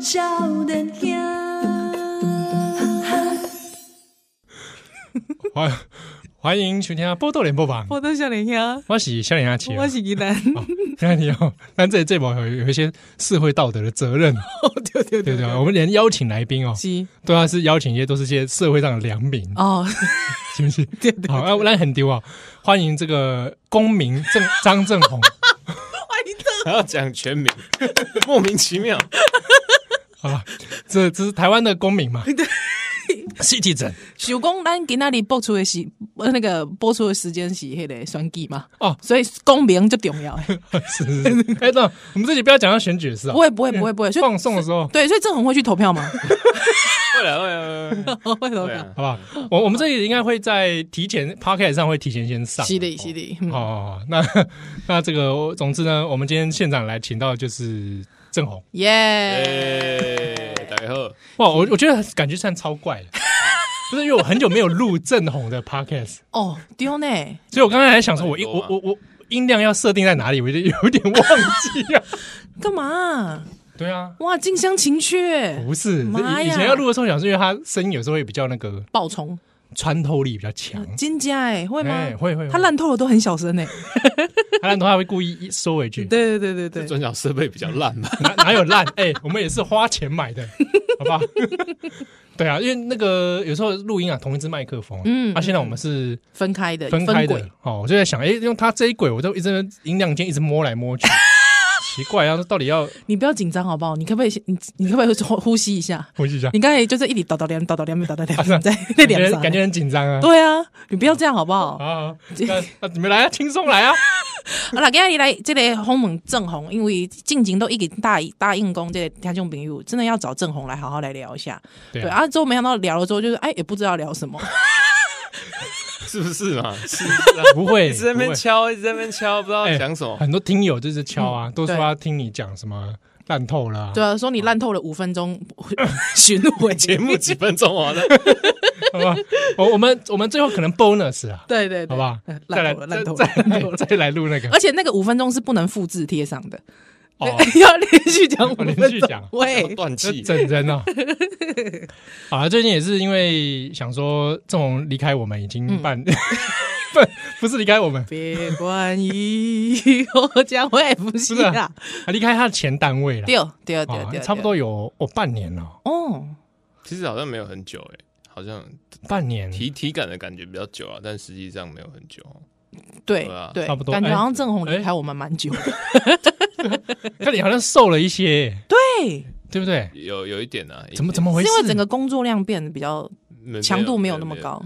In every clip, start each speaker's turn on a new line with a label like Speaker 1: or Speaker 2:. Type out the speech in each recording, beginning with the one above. Speaker 1: 少年兄，
Speaker 2: 欢欢迎收听《波多联播榜》，
Speaker 3: 我都笑脸兄，
Speaker 2: 我是啊笑脸阿奇。哦
Speaker 3: 我是宜兰。
Speaker 2: 现在你有，但这这波有有一些社会道德的责任，
Speaker 3: 对对
Speaker 2: 对不对？我们连邀请来宾哦，
Speaker 3: 是
Speaker 2: 对啊，是邀请一些都是一些社会上的良 民，
Speaker 3: 哦，
Speaker 2: 是不是？
Speaker 3: 对对，
Speaker 2: 好，那那很丢啊！欢迎这个公民 郑张正宏，
Speaker 4: 还要讲全名， 莫名其妙。
Speaker 2: 好吧？这这是台湾的公民嘛？
Speaker 3: 对
Speaker 2: ，citizen
Speaker 3: 想讲咱今仔日播出的是呃那个播出的时间是迄个选举嘛，
Speaker 2: 哦，
Speaker 3: 所以公平就重要的。
Speaker 2: 是是是。哎，那我们这集不要讲到选举的事啊
Speaker 3: 不，会不会不会不会，所以
Speaker 2: 放送的时候，
Speaker 3: 对，所以郑红会去投票吗？
Speaker 4: 会了会了会了
Speaker 3: 会投
Speaker 4: 会
Speaker 3: 票
Speaker 4: 了，
Speaker 2: 好不好？我我们这里应该会在提前 podcast 上会提前先上，
Speaker 3: 是的，是的，嗯
Speaker 2: 哦，那那这个，我总之呢，我们今天现场来请到的就是郑红。
Speaker 3: 耶，
Speaker 4: 哎，大家好，
Speaker 2: 哇，我我觉得感觉算超怪的， 不是因为我很久没有录郑红的 podcast，
Speaker 3: 哦，丢呢，
Speaker 2: 所以我刚才还想说我音
Speaker 4: 很多
Speaker 2: 我
Speaker 4: 啊
Speaker 2: 我我音量要设定在哪里，我就有点忘记啊。
Speaker 3: 干嘛？
Speaker 2: 对啊，
Speaker 3: 哇，近乡情怯，
Speaker 2: 不是
Speaker 3: 妈
Speaker 2: 以
Speaker 3: 呀
Speaker 2: 以前要录的时候，想是因为他声音有时候会比较那个
Speaker 3: 爆冲，
Speaker 2: 穿透力比较强，
Speaker 3: 金家哎，会吗
Speaker 2: 哎？会会会
Speaker 3: 他烂透了都很小声哎，
Speaker 2: 他然头他会故意一收回去，
Speaker 3: 对对对对对，
Speaker 4: 转角设备比较烂吧？
Speaker 2: 哪哪有烂？哎、我们也是花钱买 的，好不好？对啊，因为那个有时候录音啊，同一支麦克风、嗯，
Speaker 3: 嗯
Speaker 2: 啊，现在我们是
Speaker 3: 分开的，
Speaker 2: 分开
Speaker 3: 轨
Speaker 2: 的，哦，我就在想，哎、用它这一轨，我都一直音量间一直摸来 摸去，奇怪，然后到底要
Speaker 3: 你不要紧张好不好？你可不可以先，你你可不可以呼呼吸一下？
Speaker 2: 呼吸一下，
Speaker 3: 你刚才就是一直叨叨两叨叨两叨叨
Speaker 2: 啊是啊
Speaker 3: 两，在那
Speaker 2: 感
Speaker 3: 两
Speaker 2: 觉
Speaker 3: 上，
Speaker 2: 感觉很紧张啊。
Speaker 3: 对啊，你不要这样好不好？啊，
Speaker 2: 啊，那那你们来啊，轻松来啊！
Speaker 3: 那今日来这个鸿蒙正红，因为近景都一直答应答应公这个听众朋友，真的要找正红来好好来聊一下。
Speaker 2: 对
Speaker 3: 对啊，之后没想到聊了之后，就是哎也不知道聊什 么，
Speaker 4: 是不是嘛？是
Speaker 2: 不会，
Speaker 4: 一直在那
Speaker 2: 不
Speaker 4: 边
Speaker 2: 会
Speaker 4: 敲，一直在那边敲，不知道
Speaker 2: 哎
Speaker 4: 讲什么。
Speaker 2: 很多听友就是敲啊，都说
Speaker 3: 嗯对
Speaker 2: 他听你讲什么烂透了啊，
Speaker 3: 对啊，说你烂透了五分钟 巡回
Speaker 4: 节目几分钟完了，
Speaker 2: 好吧？我我们我们最后可能 bonus 啊，
Speaker 3: 对对
Speaker 2: 好
Speaker 3: 对，
Speaker 2: 吧
Speaker 3: 嗯，
Speaker 2: 再来
Speaker 3: 烂透了烂透了
Speaker 2: 再再
Speaker 3: 烂透了
Speaker 2: 再来录那个
Speaker 3: 而且那个五分钟是不能复制贴上的，
Speaker 2: 哦，
Speaker 3: 要哦连续讲五分
Speaker 2: 连续
Speaker 3: 钟
Speaker 2: 讲，
Speaker 3: 喂，
Speaker 4: 断
Speaker 2: 这
Speaker 4: 气。
Speaker 2: 整人哦。好了，最近也是因为想说郑红离开我们已经半，
Speaker 3: 嗯
Speaker 2: 不不是离开我们，
Speaker 3: 别管以后将会不
Speaker 2: 是
Speaker 3: 是啊
Speaker 2: 的
Speaker 3: 啦，
Speaker 2: 离开他的前单位了，
Speaker 3: 对对对
Speaker 2: 哦
Speaker 3: 对，
Speaker 2: 差不多有哦半年了，
Speaker 3: 哦，
Speaker 4: 其实好像没有很久哎，好像
Speaker 2: 半年
Speaker 4: 体体感的感觉比较久啊，但实际上没有很久。
Speaker 3: 对
Speaker 4: 对啊
Speaker 3: 对，
Speaker 2: 差不多
Speaker 3: 感觉
Speaker 2: 哎
Speaker 3: 好像正红
Speaker 2: 哎
Speaker 3: 离开我们蛮久的，
Speaker 2: 看你好像瘦了一些，
Speaker 3: 对，
Speaker 2: 对不对？
Speaker 4: 有有一点啊，
Speaker 2: 怎么怎么
Speaker 3: 是
Speaker 2: 回事？
Speaker 3: 因为整个工作量变得比较
Speaker 4: 没
Speaker 3: 强度没有那么高。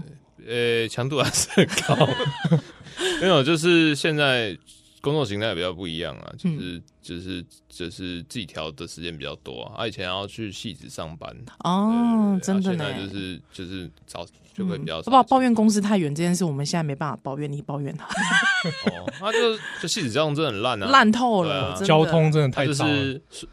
Speaker 4: 呃，强度还是很高， 没有，就是现在工作形态比较不一样啊，
Speaker 3: 嗯
Speaker 4: 就是、就是就是自己调的时间比较多啊，啊以前要去戏子上班，
Speaker 3: 哦，真
Speaker 4: 对
Speaker 3: 的
Speaker 4: 啊
Speaker 3: 呢
Speaker 4: 现在，就是就是早就会
Speaker 3: 嗯
Speaker 4: 比较
Speaker 3: 不
Speaker 4: 少、
Speaker 3: 好抱怨公司太远这件事，我们现在没办法抱怨，你抱怨他
Speaker 4: 哦，那就就戏子这样真的很烂啊，
Speaker 3: 烂透
Speaker 4: 对
Speaker 3: 了
Speaker 4: 啊，
Speaker 3: 真的
Speaker 2: 交通真的
Speaker 4: 它
Speaker 2: 太
Speaker 4: 就
Speaker 2: 糟了，
Speaker 4: 是。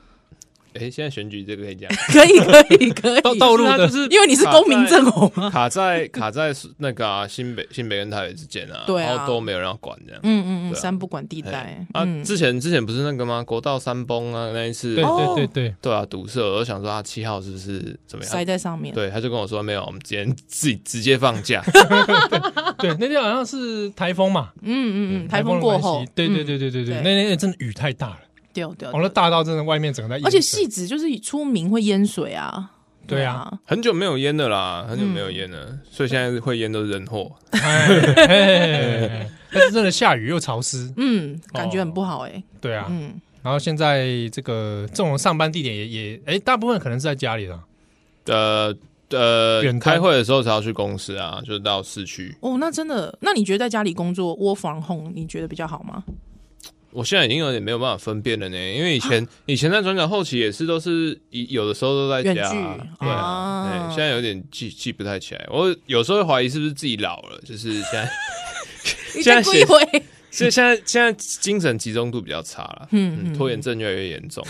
Speaker 4: 哎、现在选举这个可以讲，
Speaker 3: 可以可以 可
Speaker 2: 道
Speaker 3: 以，
Speaker 2: 道路
Speaker 4: 它
Speaker 2: 的
Speaker 4: 就是
Speaker 3: 因为你是公民正红啊，
Speaker 4: 卡在卡在那个啊、新北新北跟台北之间啊，
Speaker 3: 对啊
Speaker 4: 然后都没有人要管这样。
Speaker 3: 嗯嗯嗯，
Speaker 4: 对啊
Speaker 3: 三不管地带
Speaker 4: 哎，啊
Speaker 3: 嗯，，
Speaker 4: 之前之前不是那个吗？国道三崩啊，那一次，
Speaker 2: 对对
Speaker 3: 哦
Speaker 2: 对对，
Speaker 4: 对啊，堵塞。我就想说他七号是不是怎么
Speaker 3: 塞
Speaker 4: 样？
Speaker 3: 在上面，
Speaker 4: 啊对，他就跟我说没有，我们今天自己直接放 假。
Speaker 2: 对，那天好像是台风嘛，
Speaker 3: 嗯嗯嗯，台风过
Speaker 2: 的关
Speaker 3: 后
Speaker 2: 系，对对
Speaker 3: 嗯，
Speaker 2: 对对对对，
Speaker 3: 对
Speaker 2: 那天真的雨太大了，
Speaker 3: 对对
Speaker 2: 哦，那
Speaker 3: 对，
Speaker 2: 大到真的外面整个在淹
Speaker 3: 而且
Speaker 2: 水
Speaker 3: 戏子就是出名会淹水啊，
Speaker 2: 对啊，
Speaker 4: 很久没有淹的啦，很久没有
Speaker 3: 嗯
Speaker 4: 淹了，所以现在会淹都是人祸。
Speaker 2: 哎嘿嘿嘿但是真的下雨又潮湿，
Speaker 3: 嗯，感觉很不好哎，
Speaker 2: 对啊。
Speaker 3: 嗯，
Speaker 2: 然后现在这个这种上班地点也也，哎，大部分可能是在家里了。
Speaker 4: 呃呃
Speaker 2: 远，端
Speaker 4: 开会的时候才要去公司啊，就到市区。
Speaker 3: 哦，那真的，那你觉得在家里工作窝房 home，你觉得比较好吗？
Speaker 4: 我现在已经有点没有办法分辨了呢，因为以
Speaker 3: 啊
Speaker 4: 前以前在转角后期也是都是一有的时候都在
Speaker 3: 远
Speaker 4: 家啊、
Speaker 3: 距
Speaker 4: 对啊，
Speaker 3: 啊
Speaker 4: 哎现在有点记记不太起来。我有时候会怀疑是不是自己老了，就是 现在。现在
Speaker 3: 你在
Speaker 4: 写
Speaker 3: 故意会
Speaker 4: 所以现在现在精神集中度比较差了，
Speaker 3: 嗯
Speaker 4: 嗯，
Speaker 3: 嗯
Speaker 4: 拖延症越来越严重。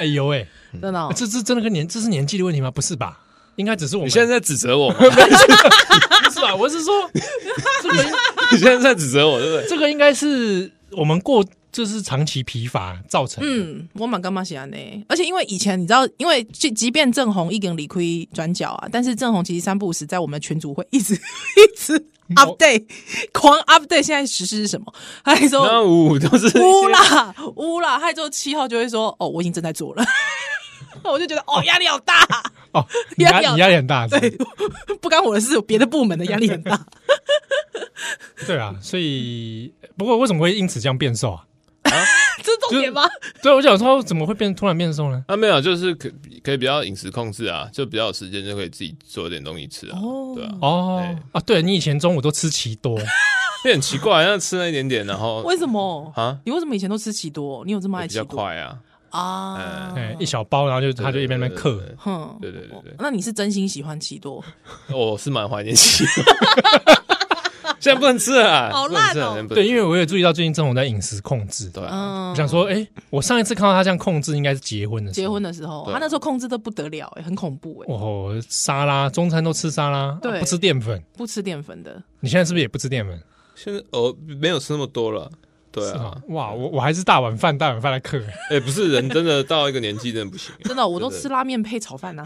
Speaker 2: 哎呦喂，
Speaker 4: 嗯
Speaker 3: 真的哦，
Speaker 2: 这这真的跟年这是年纪的问题吗？不是吧？应该只是我
Speaker 4: 你
Speaker 2: 们
Speaker 4: 现在在指责我 吗，
Speaker 2: 不是吧？我是说，这个
Speaker 4: 你现在在指责我，对不对？
Speaker 2: 这个应该是我们过就是长期疲乏造成的。
Speaker 3: 嗯，我蛮干嘛喜欢呢？而且因为以前你知道，因为即即便郑红一经理亏转角啊，但是郑红其实三不五时在我们的群组会一直 一直 update，、狂 update 现在实施是什么？他还说
Speaker 4: 那五都 是一些
Speaker 3: 乌哦啦乌啦，他还说七号就会说哦，我已经正在做了， 我就觉得哦压力好大，
Speaker 2: 哦，你压
Speaker 3: 压力好
Speaker 2: 你压力很大，
Speaker 3: 对，
Speaker 4: 嗯
Speaker 3: 不干我的事，别的部门的压力很大。
Speaker 2: 对啊，所以不过为什么会因此这样变瘦啊？
Speaker 3: 这是重点吗？
Speaker 2: 对，啊我想说怎么会变突然变瘦呢？
Speaker 4: 啊，没有，就是可可以比较饮食控制啊，就比较有时间就可以自己做点东西吃啊，
Speaker 3: 哦
Speaker 4: 对啊，
Speaker 2: 哦
Speaker 4: 对
Speaker 2: 啊，对你以前中午都吃奇多，
Speaker 4: 因为很奇怪，像吃那一点点，然后
Speaker 3: 为什么？
Speaker 4: 啊，
Speaker 3: 你为什么以前都吃奇多？你有这么爱
Speaker 4: 比
Speaker 3: 奇
Speaker 4: 较
Speaker 3: 多
Speaker 4: 快啊，
Speaker 3: 啊？
Speaker 2: 哎，一小包，然后就他就一边在那边
Speaker 4: 对
Speaker 2: 嗑，
Speaker 3: 哼，哦
Speaker 4: 对对对对哦
Speaker 3: 那你是真心喜欢奇多？
Speaker 4: 我是蛮怀念吃的，现在不能吃了啊，
Speaker 3: 好
Speaker 4: 不能
Speaker 3: 烂哦
Speaker 4: 吃了现在不能吃
Speaker 2: 对，因为我也注意到最近郑红在饮食控制。
Speaker 4: 对啊，
Speaker 3: 嗯，
Speaker 2: 我想说，哎，我上一次看到他这样控制，应该是结婚的时
Speaker 3: 结
Speaker 2: 候
Speaker 3: 婚的时候，
Speaker 4: 对
Speaker 3: 他那时候控制的不得了，哎，很恐怖，哎，
Speaker 2: 哦，沙拉中餐都吃沙拉，啊
Speaker 3: 对
Speaker 2: 不吃淀粉。
Speaker 3: 不吃淀粉的，
Speaker 2: 你现在是不是也不吃淀粉？
Speaker 4: 现在哦没有吃那么多了，对
Speaker 2: 是吗
Speaker 4: 啊，
Speaker 2: 哇，我我还是大碗饭，大碗饭来嗑。
Speaker 4: 哎，不是人真的到一个年纪真的 不行，
Speaker 3: 真的，我都
Speaker 4: 对对
Speaker 3: 吃拉面配炒饭 呐，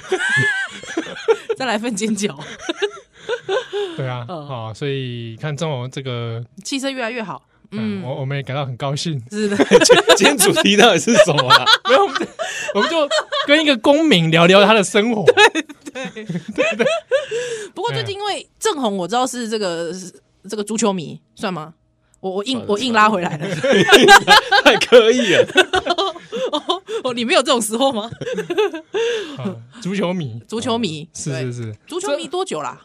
Speaker 3: 再来份煎饺，
Speaker 2: 对啊，
Speaker 3: 嗯
Speaker 2: 哦，所以看郑红这个，
Speaker 3: 气色越来越好，
Speaker 2: 嗯，
Speaker 3: 嗯，
Speaker 2: 我我们也感到很高兴。
Speaker 3: 是 的，
Speaker 4: 今天主题到底是什么啊？
Speaker 2: 没有，我们就我们就跟一个公民聊聊他的生活。
Speaker 3: 不过最近因为郑红，我知道是这个这个足球迷，算吗？我我硬
Speaker 4: 算了
Speaker 3: 我硬拉回来了，
Speaker 4: 太可以啊了，
Speaker 3: 哦，你没有这种时候吗？
Speaker 2: 啊足球迷，
Speaker 3: 足球
Speaker 4: 哦
Speaker 3: 迷
Speaker 2: 是
Speaker 3: 对
Speaker 2: 是是，
Speaker 3: 足球迷多久啦？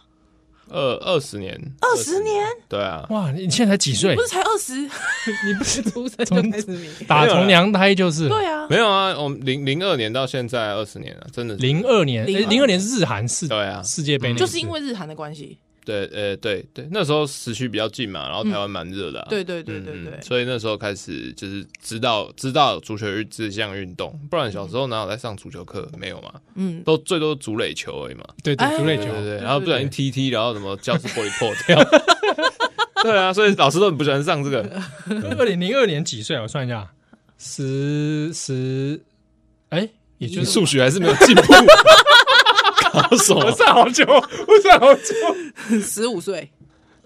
Speaker 4: 二二十年，
Speaker 3: 二十年，
Speaker 4: 对啊，
Speaker 2: 哇，你现在才几岁
Speaker 4: 哎
Speaker 3: 不？是才二 十，
Speaker 2: 你不是
Speaker 3: 出生
Speaker 2: 从
Speaker 3: 就开始迷。
Speaker 2: 打从娘胎就是？
Speaker 3: 对啊，
Speaker 4: 没有啊，我们零零二年到现在二十年了，真的是
Speaker 2: 零二年，
Speaker 3: 02
Speaker 2: 零二年是日韩世
Speaker 4: 对啊，
Speaker 2: 世界杯那一次，
Speaker 3: 就是因为日韩的关系。
Speaker 4: 对，呃，对对，那时候时区比较近嘛，然后台湾蛮热的、啊
Speaker 3: 对对对
Speaker 4: 嗯
Speaker 3: 对对
Speaker 4: 嗯，，所以那时候开始就是知道知道足球这项运动，不然小时候哪有在上足球课？没有嘛，
Speaker 3: 嗯，
Speaker 4: 都最多足垒球而已嘛。
Speaker 2: 对哦对
Speaker 3: 哎
Speaker 2: 足垒
Speaker 4: 对
Speaker 2: 球
Speaker 4: 对对，
Speaker 3: 对
Speaker 4: 然后不小心踢踢，然后什么教室玻璃破掉。对啊，所以老师都很不喜欢上这个。
Speaker 2: 二零零二年几岁啊？我算一下，十十，哎，也就
Speaker 4: 你
Speaker 2: 是哦
Speaker 4: 数学还是没有进步，搞 什
Speaker 2: 我
Speaker 4: 么？
Speaker 2: 算好久，我算好久，
Speaker 3: 十五岁，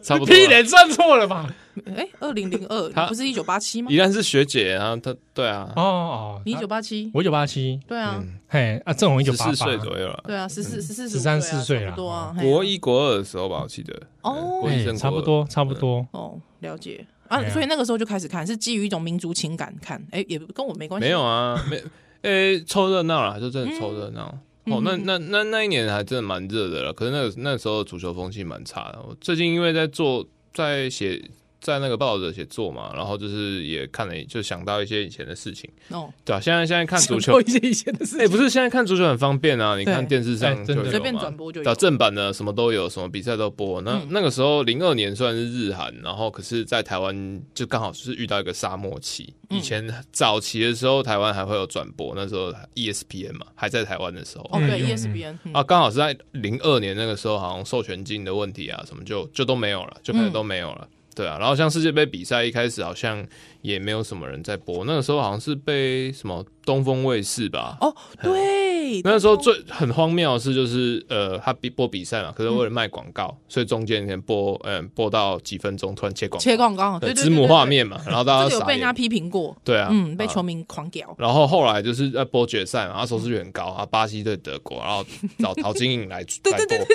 Speaker 4: 差不 多
Speaker 2: 屁
Speaker 4: 啊。
Speaker 2: 脸算错了吧？
Speaker 3: 哎，二零零二
Speaker 4: 他
Speaker 3: 不是一九八七吗
Speaker 4: 依？然是学姐，然后她对啊，
Speaker 2: 哦哦，
Speaker 3: 嗯你一
Speaker 2: 啊
Speaker 3: 九八七，
Speaker 2: 我一九八七，
Speaker 3: 对啊，
Speaker 4: 嗯，
Speaker 2: 嘿啊，郑红一九
Speaker 4: 十
Speaker 2: 八
Speaker 4: 四
Speaker 2: 八，
Speaker 4: 岁左右了，
Speaker 3: 对啊，十四、十四、
Speaker 2: 13
Speaker 3: 14
Speaker 2: 14岁
Speaker 3: 差
Speaker 2: 啦
Speaker 3: 不多啊，嘿啊
Speaker 4: 哦国一国二的时候吧，我记得。
Speaker 3: 哦
Speaker 4: 国一
Speaker 2: 哎
Speaker 4: 升
Speaker 2: 差
Speaker 4: 国
Speaker 2: 不
Speaker 4: 二
Speaker 2: 多差不多。
Speaker 3: 哦，了解
Speaker 2: 哎
Speaker 3: 啊，
Speaker 2: 呀
Speaker 3: 所以那个时候就开始看，是基于一种民族情感看，哎，也跟我没关系，
Speaker 4: 没有啊，没，诶、凑热闹啦，就真的凑热闹。
Speaker 3: 嗯
Speaker 4: 哦，那那那那一年还真的蛮热的了，可是那个那时候足球风气蛮差的。我最近因为在做，在写在那个报纸写作嘛，然后就是也看了，就想到一些以前的事情，
Speaker 3: 哦，
Speaker 4: 对啊，现在现在看足
Speaker 3: 想 到
Speaker 4: 球，
Speaker 3: 一些以前的事
Speaker 4: 哎、不是现在看足球很方便啊，你看
Speaker 3: 对
Speaker 4: 电视
Speaker 2: 哎
Speaker 4: 上
Speaker 2: 真
Speaker 4: 就
Speaker 2: 的
Speaker 4: 有
Speaker 3: 随便
Speaker 4: 嘛
Speaker 3: 转播就
Speaker 4: 对啊
Speaker 3: 有，
Speaker 4: 正版的什么都有，什么比赛都播。那、
Speaker 3: 嗯
Speaker 4: 那个时候零二年虽然是日韩，然后可是，在台湾就刚好是遇到一个沙漠期。
Speaker 3: 嗯
Speaker 4: 以前早期的时候，台湾还会有转播，那时候，E ESPN 嘛，还在台湾的时候。
Speaker 3: 哦，
Speaker 2: 嗯
Speaker 3: 对
Speaker 2: 嗯嗯
Speaker 3: ，ESPN 嗯
Speaker 4: 啊，刚好是在零二年那个时候，好像授权金的问题啊，什么就就都没有了，就开始
Speaker 3: 嗯
Speaker 4: 都没有了。对啊，然后像世界杯比赛一开始好像也没有什么人在播，那个时候好像是被什么东风卫视吧，
Speaker 3: 哦，对，
Speaker 4: 那时候最很荒谬的是，就是呃，他比播比赛嘛，
Speaker 3: 嗯
Speaker 4: 可是为了卖广告，所以中间先播，嗯、播到几分钟突然切广告，
Speaker 3: 切广告，对
Speaker 4: 对
Speaker 3: 对，
Speaker 4: 字
Speaker 3: 对
Speaker 4: 幕
Speaker 3: 对
Speaker 4: 画
Speaker 3: 对
Speaker 4: 面嘛，然后
Speaker 3: 这
Speaker 4: 大家
Speaker 3: 个有
Speaker 4: 傻
Speaker 3: 被人家
Speaker 4: 眼，
Speaker 3: 批评过，
Speaker 4: 对啊，
Speaker 3: 嗯，被
Speaker 4: 啊
Speaker 3: 球迷狂屌，
Speaker 4: 然后后来就是在播决赛嘛，他收视率很高，啊，巴西对德国，然后找陶晶 莹来来播，对对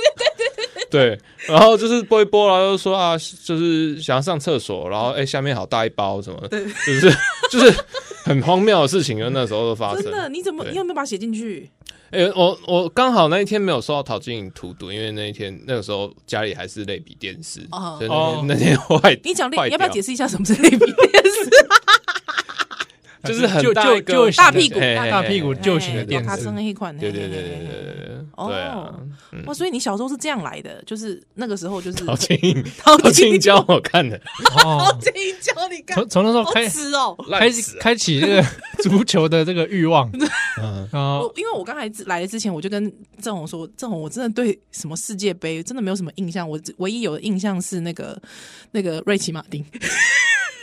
Speaker 4: 对然后就是播一播，然后就说啊，就是想要上厕所，然后哎、下面好大一包什么的，就是就是很荒谬的事情，就那时候都发
Speaker 3: 真
Speaker 4: 生。
Speaker 3: 的，你怎么
Speaker 4: 对
Speaker 3: 你有没有把它写进去？
Speaker 4: 哎、我我刚好那一天没有收到陶晶莹荼毒，因为那一天那个时候家里还是类比电视，
Speaker 3: 哦
Speaker 4: 所以
Speaker 2: 哦
Speaker 4: 那天那天坏，
Speaker 3: 你讲类
Speaker 4: 坏，
Speaker 3: 要不要
Speaker 4: 掉
Speaker 3: 解释一下什么是类比电视？
Speaker 4: 就是很
Speaker 2: 就
Speaker 4: 大
Speaker 2: 就
Speaker 4: 一
Speaker 2: 就
Speaker 4: 个
Speaker 3: 大屁股
Speaker 4: 嘿嘿嘿
Speaker 2: 大屁股
Speaker 4: 嘿
Speaker 2: 旧型的
Speaker 4: 嘿
Speaker 2: 电
Speaker 3: 卡
Speaker 2: 视
Speaker 3: 声，那一款，
Speaker 4: 哎对对
Speaker 3: 嘿
Speaker 4: 对对
Speaker 3: 嘿嘿
Speaker 4: 对
Speaker 3: 嘿
Speaker 4: 对对
Speaker 3: 哦
Speaker 4: 对啊！嗯
Speaker 3: 哇，所以你小时候是这样来的，就是那个时候就是
Speaker 4: 陶晶莹，
Speaker 3: 陶
Speaker 4: 陶晶
Speaker 3: 晶
Speaker 4: 莹教我看的，
Speaker 3: 陶
Speaker 2: 哦，
Speaker 3: 晶莹教你干
Speaker 2: 从，从那时候开
Speaker 4: 哎
Speaker 3: 好吃哦。
Speaker 2: 开
Speaker 4: 烂
Speaker 2: 始
Speaker 4: 死啊了
Speaker 2: 开启这个足球的这个欲 望
Speaker 4: 嗯
Speaker 2: 啊
Speaker 3: 我因为我刚才来之前，我就跟郑红说，郑红，我真的对什么世界杯真的没有什么印象，我只唯一有的印象是那个那个瑞奇马丁，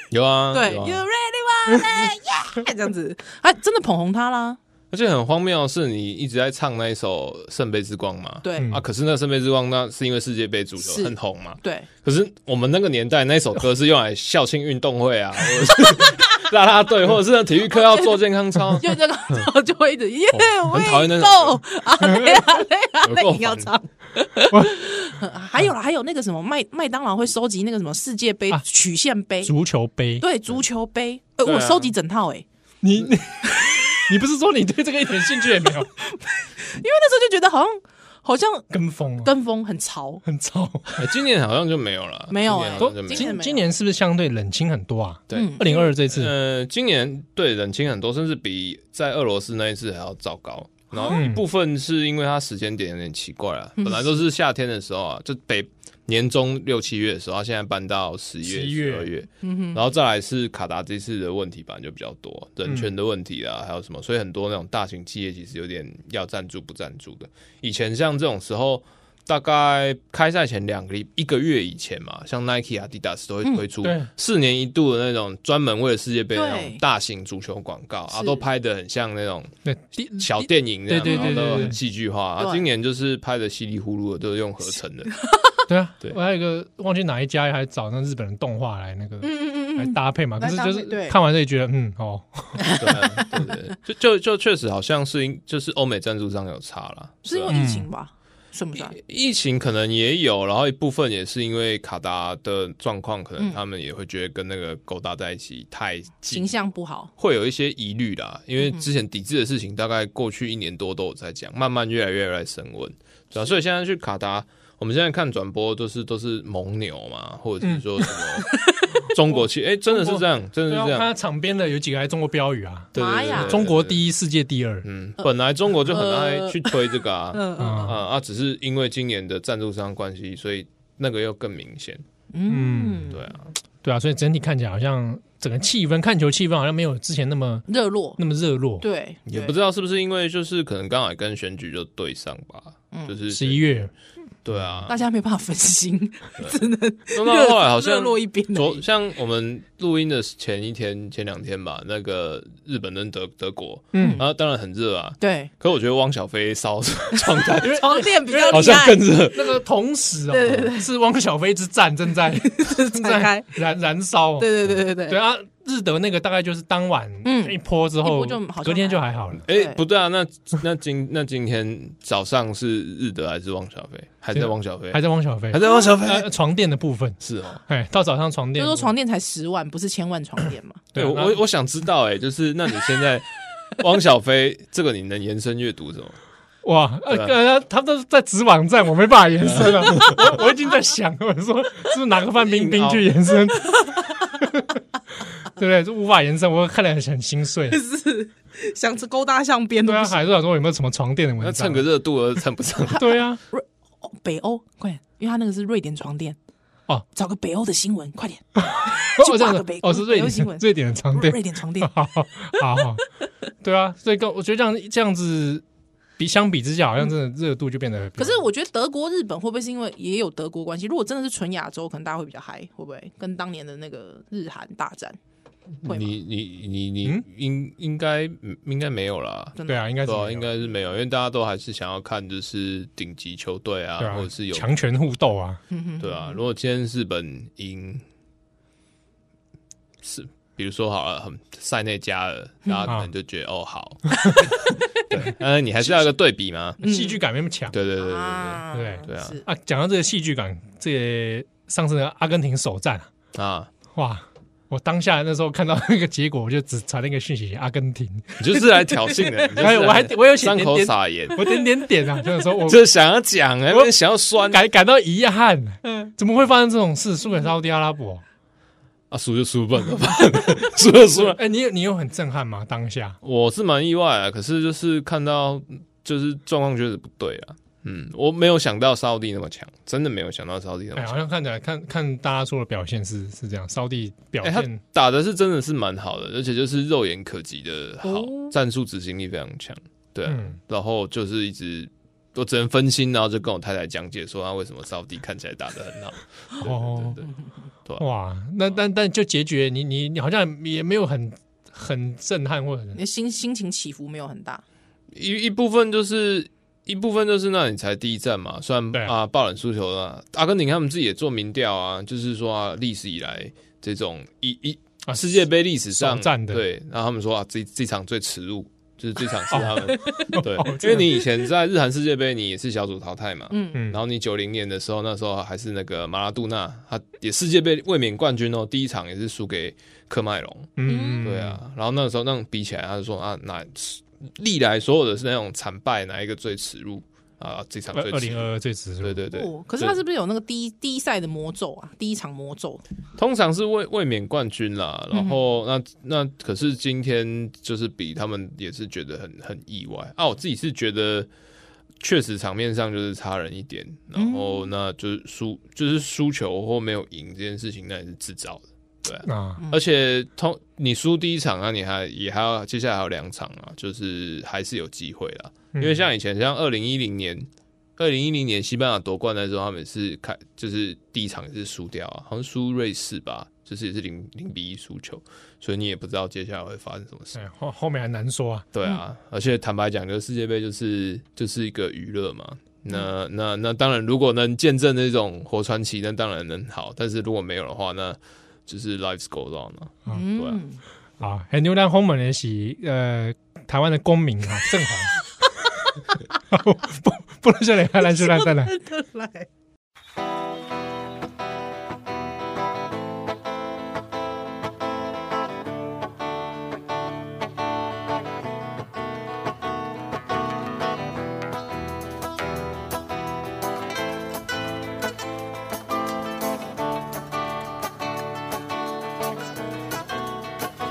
Speaker 4: 有啊，
Speaker 3: 对
Speaker 4: 有
Speaker 3: ，You
Speaker 4: 啊
Speaker 3: really 了耶，这样子，哎，真的捧红他啦。
Speaker 4: 而且很荒谬的是，你一直在唱那一首《圣杯之光》嘛，
Speaker 3: 对、
Speaker 2: 嗯
Speaker 4: 啊，可是那《圣杯之光》那是因为世界杯足球
Speaker 3: 是
Speaker 4: 很红嘛，
Speaker 3: 对，
Speaker 4: 可是我们那个年代那首歌是用来校庆运动会啊，或者是啦啦队，或者是那体育课要做健康操，
Speaker 3: 就这个我就会一直耶，我
Speaker 4: 哦很讨厌那种
Speaker 3: 够啊累啊累 啊
Speaker 4: 有
Speaker 3: 累，
Speaker 4: 够
Speaker 3: 你要
Speaker 4: 烦
Speaker 3: 唱。还有啦，还有那个什么麦麦当劳会收集那个什么世界杯
Speaker 2: 啊
Speaker 3: 曲线杯，
Speaker 2: 足球杯，
Speaker 3: 对足球杯，呃，
Speaker 4: 对啊
Speaker 3: 我收集整套哎，因
Speaker 2: 你 你你不是说你对这个一点兴趣也没 有？
Speaker 3: 为那时候就觉得好像好像
Speaker 2: 跟风啊，
Speaker 3: 跟风很潮，
Speaker 2: 很燥。
Speaker 4: 哎今年好像就没有了，
Speaker 3: 没有哎
Speaker 4: 今年好像就没
Speaker 3: 今年
Speaker 4: 有
Speaker 3: 没
Speaker 2: 今今
Speaker 3: 有
Speaker 2: 年是不是相对冷清很多啊？
Speaker 4: 对
Speaker 3: 嗯
Speaker 2: 二零二这次，
Speaker 4: 呃，今年对冷清很多，甚至比在俄罗斯那一次还要糟糕。然后一部分是因为它时间点有点奇怪
Speaker 3: 嗯
Speaker 4: 啊，本来都是夏天的时候啊，就北年中六七月的时候，它现在搬到十一
Speaker 2: 11
Speaker 4: 月、
Speaker 2: 月
Speaker 4: 十二月，
Speaker 3: 嗯
Speaker 4: 然后再来是卡达这次的问题，本来就比较多，人权的问题啊，还有什么，所以很多那种大型企业其实有点要赞助不赞助的。以前像这种时候。大概开赛前两个礼一个月以前嘛，像 Nike、Adidas 都会推
Speaker 2: 嗯
Speaker 4: 出
Speaker 2: 对
Speaker 4: 四年一度的那种专门为了世界杯的那种
Speaker 3: 对
Speaker 4: 大型足球广告啊，
Speaker 3: 是
Speaker 4: 都拍的很像那种
Speaker 2: 对，第
Speaker 4: 小电影这样，
Speaker 2: 对对对对
Speaker 4: 然后都
Speaker 2: 对
Speaker 4: 很戏剧化。啊，
Speaker 3: 对
Speaker 4: 今年就是拍的稀里糊涂的，都是用合成 的。
Speaker 2: 对啊，
Speaker 4: 对
Speaker 2: 我还有一个忘记哪一家还找那日本人动画来那个
Speaker 3: 嗯嗯
Speaker 2: 来
Speaker 3: 嗯嗯，
Speaker 2: 搭配嘛，可
Speaker 3: 来
Speaker 2: 是
Speaker 3: 搭
Speaker 2: 就
Speaker 3: 配对
Speaker 2: 是看完这里觉得嗯哦，
Speaker 4: 对啊对对，对就就就确实好像是因就是欧美赞助商有差啦，啊
Speaker 3: 是因
Speaker 4: 吧
Speaker 3: 为疫情吧？算不算？
Speaker 4: 疫情可能也有，然后一部分也是因为卡达的状况，可能他们也会觉得跟那个勾搭在一起太近
Speaker 3: 嗯形，象不好，
Speaker 4: 会有一些疑虑啦，因为之前抵制的事情，大概过去一年多都有在讲，慢慢越来越来升温，对啊，所以现在去卡达，我们现在看转播都是都是蒙牛嘛，或者是
Speaker 3: 嗯
Speaker 4: 说什么中 国企，哎、真的是这样，真的
Speaker 2: 对啊，
Speaker 4: 是
Speaker 2: 我
Speaker 4: 这
Speaker 2: 看
Speaker 4: 样，
Speaker 2: 他场边的有几个还中国标语啊，
Speaker 4: 对对
Speaker 3: 妈
Speaker 4: 对
Speaker 3: 呀
Speaker 4: 对
Speaker 2: 中国第一，世界第二，
Speaker 4: 嗯，本来中国就很爱
Speaker 3: 呃
Speaker 4: 去推这 个啊，
Speaker 3: 嗯嗯
Speaker 4: 啊
Speaker 2: 嗯
Speaker 4: 啊，只是因为今年的赞助商关系，所以那个又更明显，
Speaker 3: 嗯，
Speaker 4: 对，啊，
Speaker 2: 对啊，所以整体看起来好像整个气氛看球气氛好像没有之前那么
Speaker 3: 热络，
Speaker 2: 那么热络，
Speaker 3: 对，
Speaker 4: 也
Speaker 3: 对
Speaker 4: 不知道是不是因为就是可能刚好也跟选举就对上吧，就是
Speaker 2: 十一月
Speaker 4: 对啊，
Speaker 3: 大家没办法分 心，只能
Speaker 4: 那到
Speaker 3: 热
Speaker 4: 后来好
Speaker 3: 热
Speaker 4: 像
Speaker 3: 络一边而
Speaker 4: 昨
Speaker 3: 已。
Speaker 4: 像我们录音的前一天、前两天吧，那个日本跟德德国，
Speaker 2: 嗯
Speaker 4: 啊，当然很热啊。
Speaker 3: 对，
Speaker 4: 可我觉得汪小菲烧 状态
Speaker 3: 床垫比较
Speaker 4: 好
Speaker 3: 厉
Speaker 4: 像更
Speaker 3: 害，
Speaker 4: 热，
Speaker 2: 那个同时哦， 是汪小菲之战正 在正
Speaker 3: 展开
Speaker 2: 在燃燃烧哦，
Speaker 3: 对对对对
Speaker 2: 对
Speaker 3: 对，
Speaker 2: 啊，日德那个大概就是当晚
Speaker 3: 嗯
Speaker 2: 一波之
Speaker 3: 一
Speaker 2: 后
Speaker 3: 波就好像，
Speaker 2: 隔天就还好了。
Speaker 4: 哎、
Speaker 3: 对
Speaker 4: 不对啊，那那今那今天早上是日德还是汪小菲？还在汪小菲？
Speaker 2: 还在汪小菲
Speaker 4: 还，在汪小菲？
Speaker 2: 呃，床垫的部分，
Speaker 4: 是哦，
Speaker 2: 哎，到早上床
Speaker 3: 就
Speaker 2: 垫，
Speaker 3: 说床垫才十万，不是千万床垫嘛？
Speaker 4: 对
Speaker 2: 啊
Speaker 4: 我
Speaker 2: 那
Speaker 4: 我我想知道、哎，就是那你 现在汪小菲这个你能延伸阅读什么？
Speaker 2: 哇，呃，
Speaker 4: 对啊
Speaker 2: 呃他们都是在指网站，我没办法延伸了。 我我已经在想，我说是不是拿个范冰冰去延伸？ 对不对？就无法延伸，我看了很心 碎。
Speaker 3: 想吃勾搭象边
Speaker 2: 对啊，海是想说有没有什么床垫的
Speaker 4: 那
Speaker 2: 文
Speaker 4: 蹭
Speaker 2: 章
Speaker 4: 个？热度而蹭 不上，
Speaker 2: 对啊，
Speaker 3: 哦北欧，快点，因为他那个是瑞典床垫。
Speaker 2: 哦，
Speaker 3: 找个北欧的新闻，快点，
Speaker 2: 哦这样
Speaker 3: 北
Speaker 2: 子，哦是瑞
Speaker 3: 北欧新闻
Speaker 2: 典瑞典的床
Speaker 3: 瑞
Speaker 2: 垫，。
Speaker 3: 瑞典床 垫
Speaker 2: 好好好，对啊，所以跟我觉得这样这样子比相比之下，好像真的热度就变得比较。
Speaker 3: 可是我觉得德国、日本会不会是因为也有德国关系？如果真的是纯亚洲，可能大家会比较嗨，会不会跟当年的那个日韩大战？会吗？
Speaker 4: 你你你你
Speaker 2: 嗯
Speaker 4: 应应该嗯应该没有啦，
Speaker 2: 对啊，应该是
Speaker 4: 对啊，
Speaker 2: 没有
Speaker 4: 应该是没有，因为大家都还是想要看就是顶级球队啊，
Speaker 2: 对啊，
Speaker 4: 或者是有
Speaker 2: 强权互斗啊，
Speaker 4: 对啊。如果今天日本赢，是比如说好了，很塞内加尔，大家可能就觉得、哦好，
Speaker 2: 嗯
Speaker 4: 对，但是你还是要有一个对比嘛，
Speaker 3: 嗯
Speaker 2: 戏剧感没那么强。
Speaker 4: 对对对对对
Speaker 3: 啊
Speaker 2: 对
Speaker 4: 对啊
Speaker 3: 是
Speaker 2: 啊，讲到这个戏剧感，这也上次的阿根廷首战啊，
Speaker 4: 对啊，
Speaker 2: 哇！我当下那时候看到那个结果，我就只传了一个讯息：阿根廷，
Speaker 4: 你就是来挑衅的，你就是
Speaker 2: 哎
Speaker 4: 来
Speaker 2: 我还我有写
Speaker 4: 伤口
Speaker 2: 点点
Speaker 4: 撒盐，
Speaker 2: 我点点点 啊，就是说我
Speaker 4: 就是想要讲，哎，
Speaker 2: 我
Speaker 4: 想要酸
Speaker 2: 感感到遗憾，啊
Speaker 3: 嗯
Speaker 2: 怎么会发生这种事？输给沙特阿拉伯，
Speaker 4: 啊，输就输笨了吧，输就输了。
Speaker 2: 哎，你有你有很震撼吗？当下
Speaker 4: 我是蛮意外啊，可是就是看到就是状况确实不对啊。嗯，我没有想到沙地那么强，真的没有想到沙地那么
Speaker 2: 哎，好
Speaker 4: 强。
Speaker 2: 像看起来看看大家说的表现是是这样，沙地表
Speaker 4: 哎、他
Speaker 2: 现
Speaker 4: 打的是真的是蛮好的，而且就是肉眼可及的好
Speaker 3: 哦，
Speaker 4: 战术执行力非常强。对啊、
Speaker 2: 嗯
Speaker 4: 然后就是一直我只能分心，然后就跟我太太讲解说他啊为什么沙地看起来打的很好。
Speaker 2: 哦
Speaker 4: 对对对对哦
Speaker 2: 哇，那但但就结局，你你你好像也没有很很震撼或者
Speaker 3: 你的心心情起伏没有很大，
Speaker 4: 一一部分就是一部分就是那你才第一站嘛，虽
Speaker 2: 对
Speaker 4: 然
Speaker 2: 啊
Speaker 4: 啊爆冷输球了，阿根廷他们自己也做民调啊，就是说啊历史以来这种一一
Speaker 2: 啊
Speaker 4: 世界杯历史上
Speaker 2: 首战的
Speaker 4: 对，然后他们说啊这这场最耻辱。就是这场是他们 对
Speaker 2: 哦，
Speaker 4: 因为你以前在日韩世界杯，你也是小组淘汰嘛，
Speaker 3: 嗯
Speaker 2: 嗯
Speaker 4: 然后你九零年的时候，那时候还是那个马拉杜纳，他也世界杯卫冕冠军哦，第一场也是输给科麦隆，
Speaker 2: 嗯
Speaker 4: 对，啊，然后那个时候那种比起来，他就说啊，哪历来所有的是那种惨败，哪一个最耻辱啊？这场
Speaker 2: 二
Speaker 4: 最
Speaker 2: 呃二
Speaker 4: 耻
Speaker 2: 零
Speaker 4: 辱，
Speaker 2: 二二最值
Speaker 4: 对对对。
Speaker 3: 哦，可是他
Speaker 4: 对
Speaker 3: 是不是有那个第一第一赛的魔咒啊？第一场魔咒，
Speaker 4: 通常是卫卫冕冠军啦，
Speaker 3: 嗯
Speaker 4: 然后那那可是今天就是比他们也是觉得很很意外啊，我自己是觉得。确实，场面上就是差人一点，然后
Speaker 3: 嗯
Speaker 4: 那就是输，就是输球或没有赢这件事情，那也是自找的。
Speaker 2: 啊，
Speaker 3: 嗯
Speaker 4: 而且通你输第一场啊，你还也还要接下来还有两场啊，就是还是有机会啦。
Speaker 2: 嗯
Speaker 4: 因为像以前像二零一零年，二零一零年西班牙夺冠的时候，他们也是开就是第一场也是输掉啊，好像输瑞士吧，就是也是零零比一输球，所以你也不知道接下来会发生什么事。
Speaker 2: 哎后后面还难说啊，
Speaker 4: 对啊，而且坦白讲，这个世界杯就是就是一个娱乐嘛。那那那当然，如果能见证这种活传奇，那当然能好。但是如果没有的话，那就是 lives go on 啊。对啊
Speaker 3: 嗯，
Speaker 2: 啊，很牛蛋轰门的是呃台湾的公民啊， 正好。不不能说你来，来就来，再 来。
Speaker 3: 得来。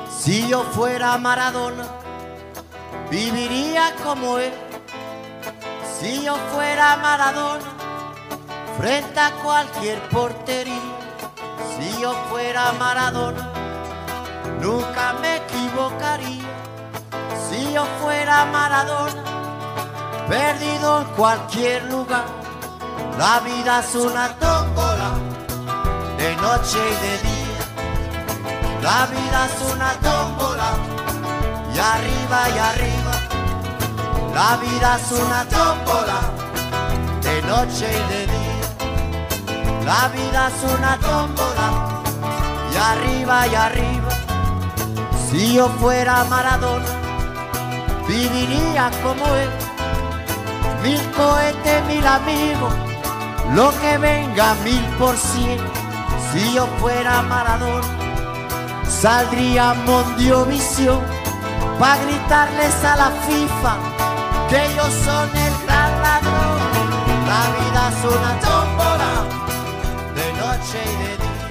Speaker 1: Si yo fuera Maradona, viviría como él. Si yo fuera Maradona, frente a cualquier portería. Si yo fuera Maradona, nunca me equivocaría. Si yo fuera Maradona, perdido en cualquier lugar. La vida es una tómbola, de noche y de día. La vida es una tómbola y arriba y arriba. La vida es una tómbola de noche y de día. La vida es una tómbola y arriba y arriba. Si yo fuera Maradona, viviría como él. Mil cohetes, mil amigos, lo que venga mil por cien. Si yo fuera Maradona saldría Mondiovisión pa' gritarles a la FIFA que ellos son el gran ladrón. La vida es una tómbola de noche y de día.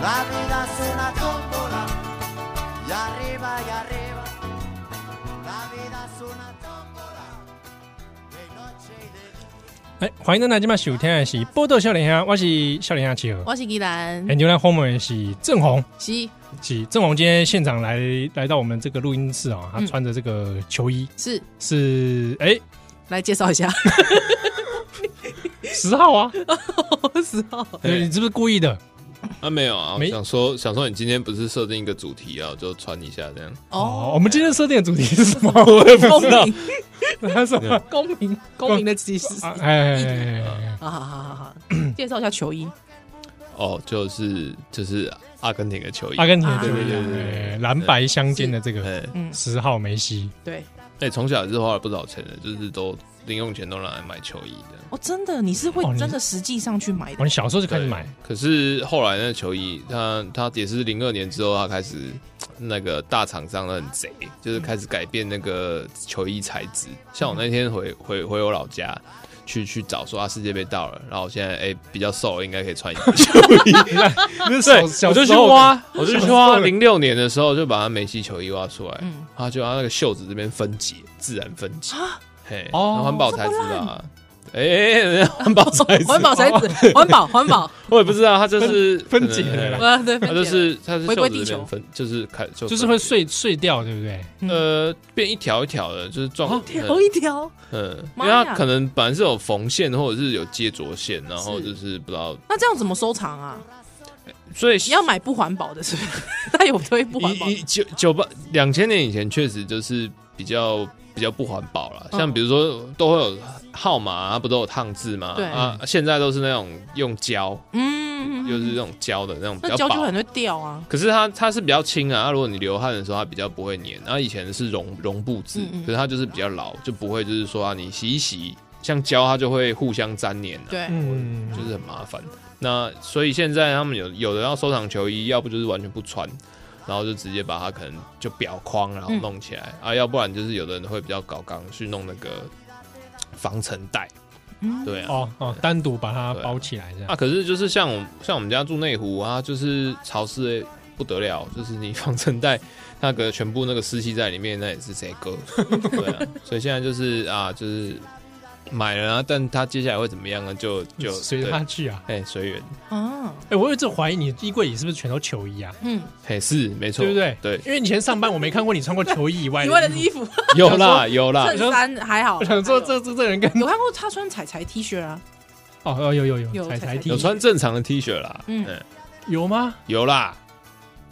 Speaker 1: La vida es una tómbola y arriba y arriba. La vida es una tómbola de noche y de día.
Speaker 2: 哎，欢迎大家今晚收听的是《波多笑脸侠》，我是啊笑脸侠企
Speaker 4: 哦
Speaker 2: 鹅。
Speaker 3: 我是吉兰
Speaker 2: 很，牛蛋轰门的是郑红，
Speaker 3: 是
Speaker 2: 是郑红今天现场来来到我们这个录音室啊，他
Speaker 3: 嗯
Speaker 2: 穿着这个球衣
Speaker 3: 是，
Speaker 2: 是哎
Speaker 3: 来介绍一下
Speaker 2: 十号啊，
Speaker 3: 十号，
Speaker 4: 对
Speaker 2: 你是不是故意的？
Speaker 4: 啊，没有啊，我
Speaker 2: 没
Speaker 4: 想说想说你今天不是设定一个主题啊，我就穿一下这样。
Speaker 2: 哦，
Speaker 3: 哦，
Speaker 2: 我们今天设定的主题是 什么？我也不
Speaker 3: 公
Speaker 2: 知道
Speaker 3: 民，
Speaker 2: 他什么。
Speaker 3: 公民，公民的歧视。
Speaker 2: 哎哎哎，哎
Speaker 3: 啊好好好好好，介绍一下球衣，
Speaker 4: 哦，就是就是阿根廷的球衣。
Speaker 2: 阿根廷的
Speaker 3: 啊
Speaker 2: 球
Speaker 4: 对对对
Speaker 2: 衣
Speaker 4: 对
Speaker 2: 哎，蓝白相间的这个
Speaker 4: 哎
Speaker 3: 嗯，
Speaker 2: 十号梅西，
Speaker 3: 对，
Speaker 4: 哎，从小也是花了不少钱的，就是都零用钱都拿来买球衣的。
Speaker 3: 哦，真的，你是会
Speaker 2: 哦你
Speaker 3: 真的实际上去买
Speaker 2: 我
Speaker 3: 的，
Speaker 2: 小时候就开始买
Speaker 4: 对，可是后来那球衣，他他也是零二年之后，他开始那个大厂商都很贼，就是开始改变那个球衣材质。像我那天回回回我老家。去去找说啊，世界杯到了，然后我现在哎、比较瘦了，应该可以穿一件球 衣。
Speaker 2: 不是
Speaker 4: 对，
Speaker 2: 小
Speaker 4: 我
Speaker 2: 小
Speaker 4: 就
Speaker 2: 时
Speaker 4: 去
Speaker 2: 候
Speaker 4: 挖，我就去
Speaker 2: 小时候
Speaker 4: 挖。
Speaker 2: 的
Speaker 4: 零六年的时候就把它梅西球衣挖出来，
Speaker 3: 嗯
Speaker 4: 然后就它那个袖子这边分解，自然分解。嘿，
Speaker 2: 哦
Speaker 4: 然后环保材质啊，哎哎，哎环保材 质，
Speaker 3: 环保材质，环保环保，
Speaker 4: 我也不知道，它就是
Speaker 2: 分分解的啦
Speaker 3: 啊，对，
Speaker 4: 它
Speaker 3: 分
Speaker 4: 就
Speaker 3: 解了
Speaker 4: 是它是
Speaker 3: 回归
Speaker 4: 袖
Speaker 3: 地
Speaker 4: 子这
Speaker 3: 球
Speaker 4: 边分，就是开就
Speaker 2: 就是
Speaker 4: 分
Speaker 2: 会
Speaker 4: 解
Speaker 2: 碎碎掉，对不对？
Speaker 4: 呃变一条一条的，就是
Speaker 2: 哦
Speaker 4: 撞
Speaker 3: 头一条，
Speaker 4: 嗯，因
Speaker 3: 妈
Speaker 4: 为
Speaker 3: 呀
Speaker 4: 它可能本来是有缝线或者是有接着线，然后
Speaker 3: 是
Speaker 4: 就是不知道
Speaker 3: 那这样怎么收藏啊？
Speaker 4: 所以
Speaker 3: 你要买不环保的是不是？他有推不环保
Speaker 4: 一一九九八两千年以前确实就是比较比较不环保了，
Speaker 3: 嗯
Speaker 4: 像比如说都会有号码、啊，不都有烫字吗？
Speaker 3: 对
Speaker 4: 啊，现在都是那种用胶，
Speaker 3: 嗯，
Speaker 4: 就是那种胶的那种比
Speaker 3: 那
Speaker 4: 较
Speaker 3: 胶就
Speaker 4: 薄
Speaker 3: 很。会掉啊。
Speaker 4: 可是它它是比较轻啊，啊如果你流汗的时候它比较不会粘，然啊后以前是绒绒布质
Speaker 3: 嗯嗯，
Speaker 4: 可是它就是比较老，就不会就是说啊你洗一洗，像胶它就会互相粘黏啊，
Speaker 3: 对，
Speaker 2: 嗯，
Speaker 4: 就是很麻烦。那所以现在他们有有的要收藏球衣，要不就是完全不穿，然后就直接把它可能就裱框，然后弄起来、啊，要不然就是有的人会比较搞刚去弄那个防尘袋，
Speaker 3: 嗯
Speaker 4: 对啊。
Speaker 2: 哦哦，单独把它包起来这样
Speaker 4: 啊，。可是就是像我们像我们家住内湖啊，就是潮湿的不得了，就是你 防尘袋那个全部那个湿气在里面，那也是谁割？ 对啊，所以现在就是啊，就是买了啊，但它接下来会怎么样呢？就就
Speaker 2: 随着
Speaker 4: 对
Speaker 2: 他去啊！
Speaker 4: 哎随缘。
Speaker 3: 啊，
Speaker 2: 哎，我有一直怀疑你衣柜里是不是全都球衣啊？
Speaker 3: 嗯，
Speaker 4: 嘿，是没错，
Speaker 2: 对不对？
Speaker 4: 对，
Speaker 2: 因为你以前上班我没看过你穿过球衣以外
Speaker 3: 以外的
Speaker 2: 衣服
Speaker 3: 衣服，
Speaker 4: 有啦有啦，
Speaker 3: 衬衫还好。啊
Speaker 2: 我想说
Speaker 3: 还
Speaker 2: 这
Speaker 3: 有
Speaker 2: 这这人跟
Speaker 3: 有看过他穿彩彩 T 恤啊？
Speaker 2: 哦哦有有有
Speaker 3: 有
Speaker 2: 彩彩
Speaker 3: 彩
Speaker 2: T
Speaker 4: 有穿正常的 T 恤啦，
Speaker 3: 嗯
Speaker 4: 嗯，
Speaker 2: 有吗？
Speaker 4: 有啦，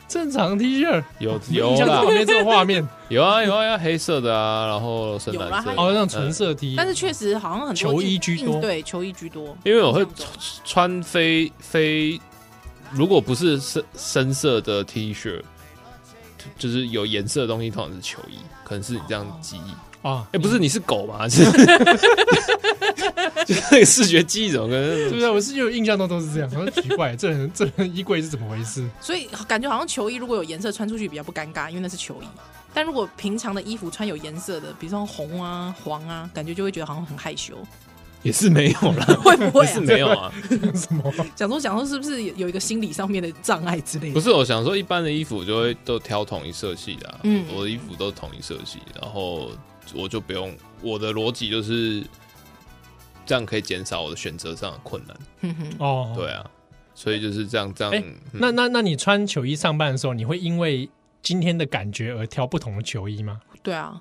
Speaker 2: 正常 T 恤
Speaker 4: 有有
Speaker 2: 印象
Speaker 4: 啦
Speaker 2: 中，没这个画面
Speaker 4: 有啊有啊，有啊黑色的啊，然后深
Speaker 3: 有啦
Speaker 4: 蓝色
Speaker 3: 还
Speaker 4: 的，
Speaker 2: 哦，那种纯色 T，
Speaker 3: 但是确实好像很多
Speaker 2: 球衣居多
Speaker 3: 嗯对，球衣居多。
Speaker 4: 因为我会
Speaker 3: 印象中
Speaker 4: 穿非非，如果不是深深色的 T 恤，就是有颜色的东西，通常是球衣，可能是你这样的记忆。
Speaker 2: 啊
Speaker 4: 哎，不是你是 狗吗？是， 就是那个视觉记忆怎么可
Speaker 2: 对不
Speaker 4: 能？
Speaker 2: 对？我 是有印象中都是这样，我说奇怪，这人这人衣柜是怎么回事？
Speaker 3: 所以感觉好像球衣如果有颜色穿出去比较不尴尬，因为那是球衣。但如果平常的衣服穿有颜色的，比如说红啊、黄啊，感觉就会觉得好像很害 羞，
Speaker 4: 也是没有啦，
Speaker 3: 会不
Speaker 4: 不
Speaker 3: 会、
Speaker 4: 是
Speaker 3: 啊？
Speaker 4: 没有啊。
Speaker 2: 什么？
Speaker 3: 想说想说是不是有有一个心理上面的障碍之类
Speaker 4: 不
Speaker 3: 的？
Speaker 4: 是，我想说一般的衣服就会都挑统一色系的、啊，
Speaker 3: 嗯
Speaker 4: 我的衣服都统一色系，然后我就不用我的逻辑就是这样可以减少我的选择上的困难，
Speaker 3: 哼哼，
Speaker 2: 哦，
Speaker 4: 对啊，所以就是这样这样，
Speaker 2: 哎
Speaker 4: 嗯
Speaker 2: 那那那你穿球衣上班的时候，你会因为今天的感觉而挑不同的球衣吗？
Speaker 3: 对啊，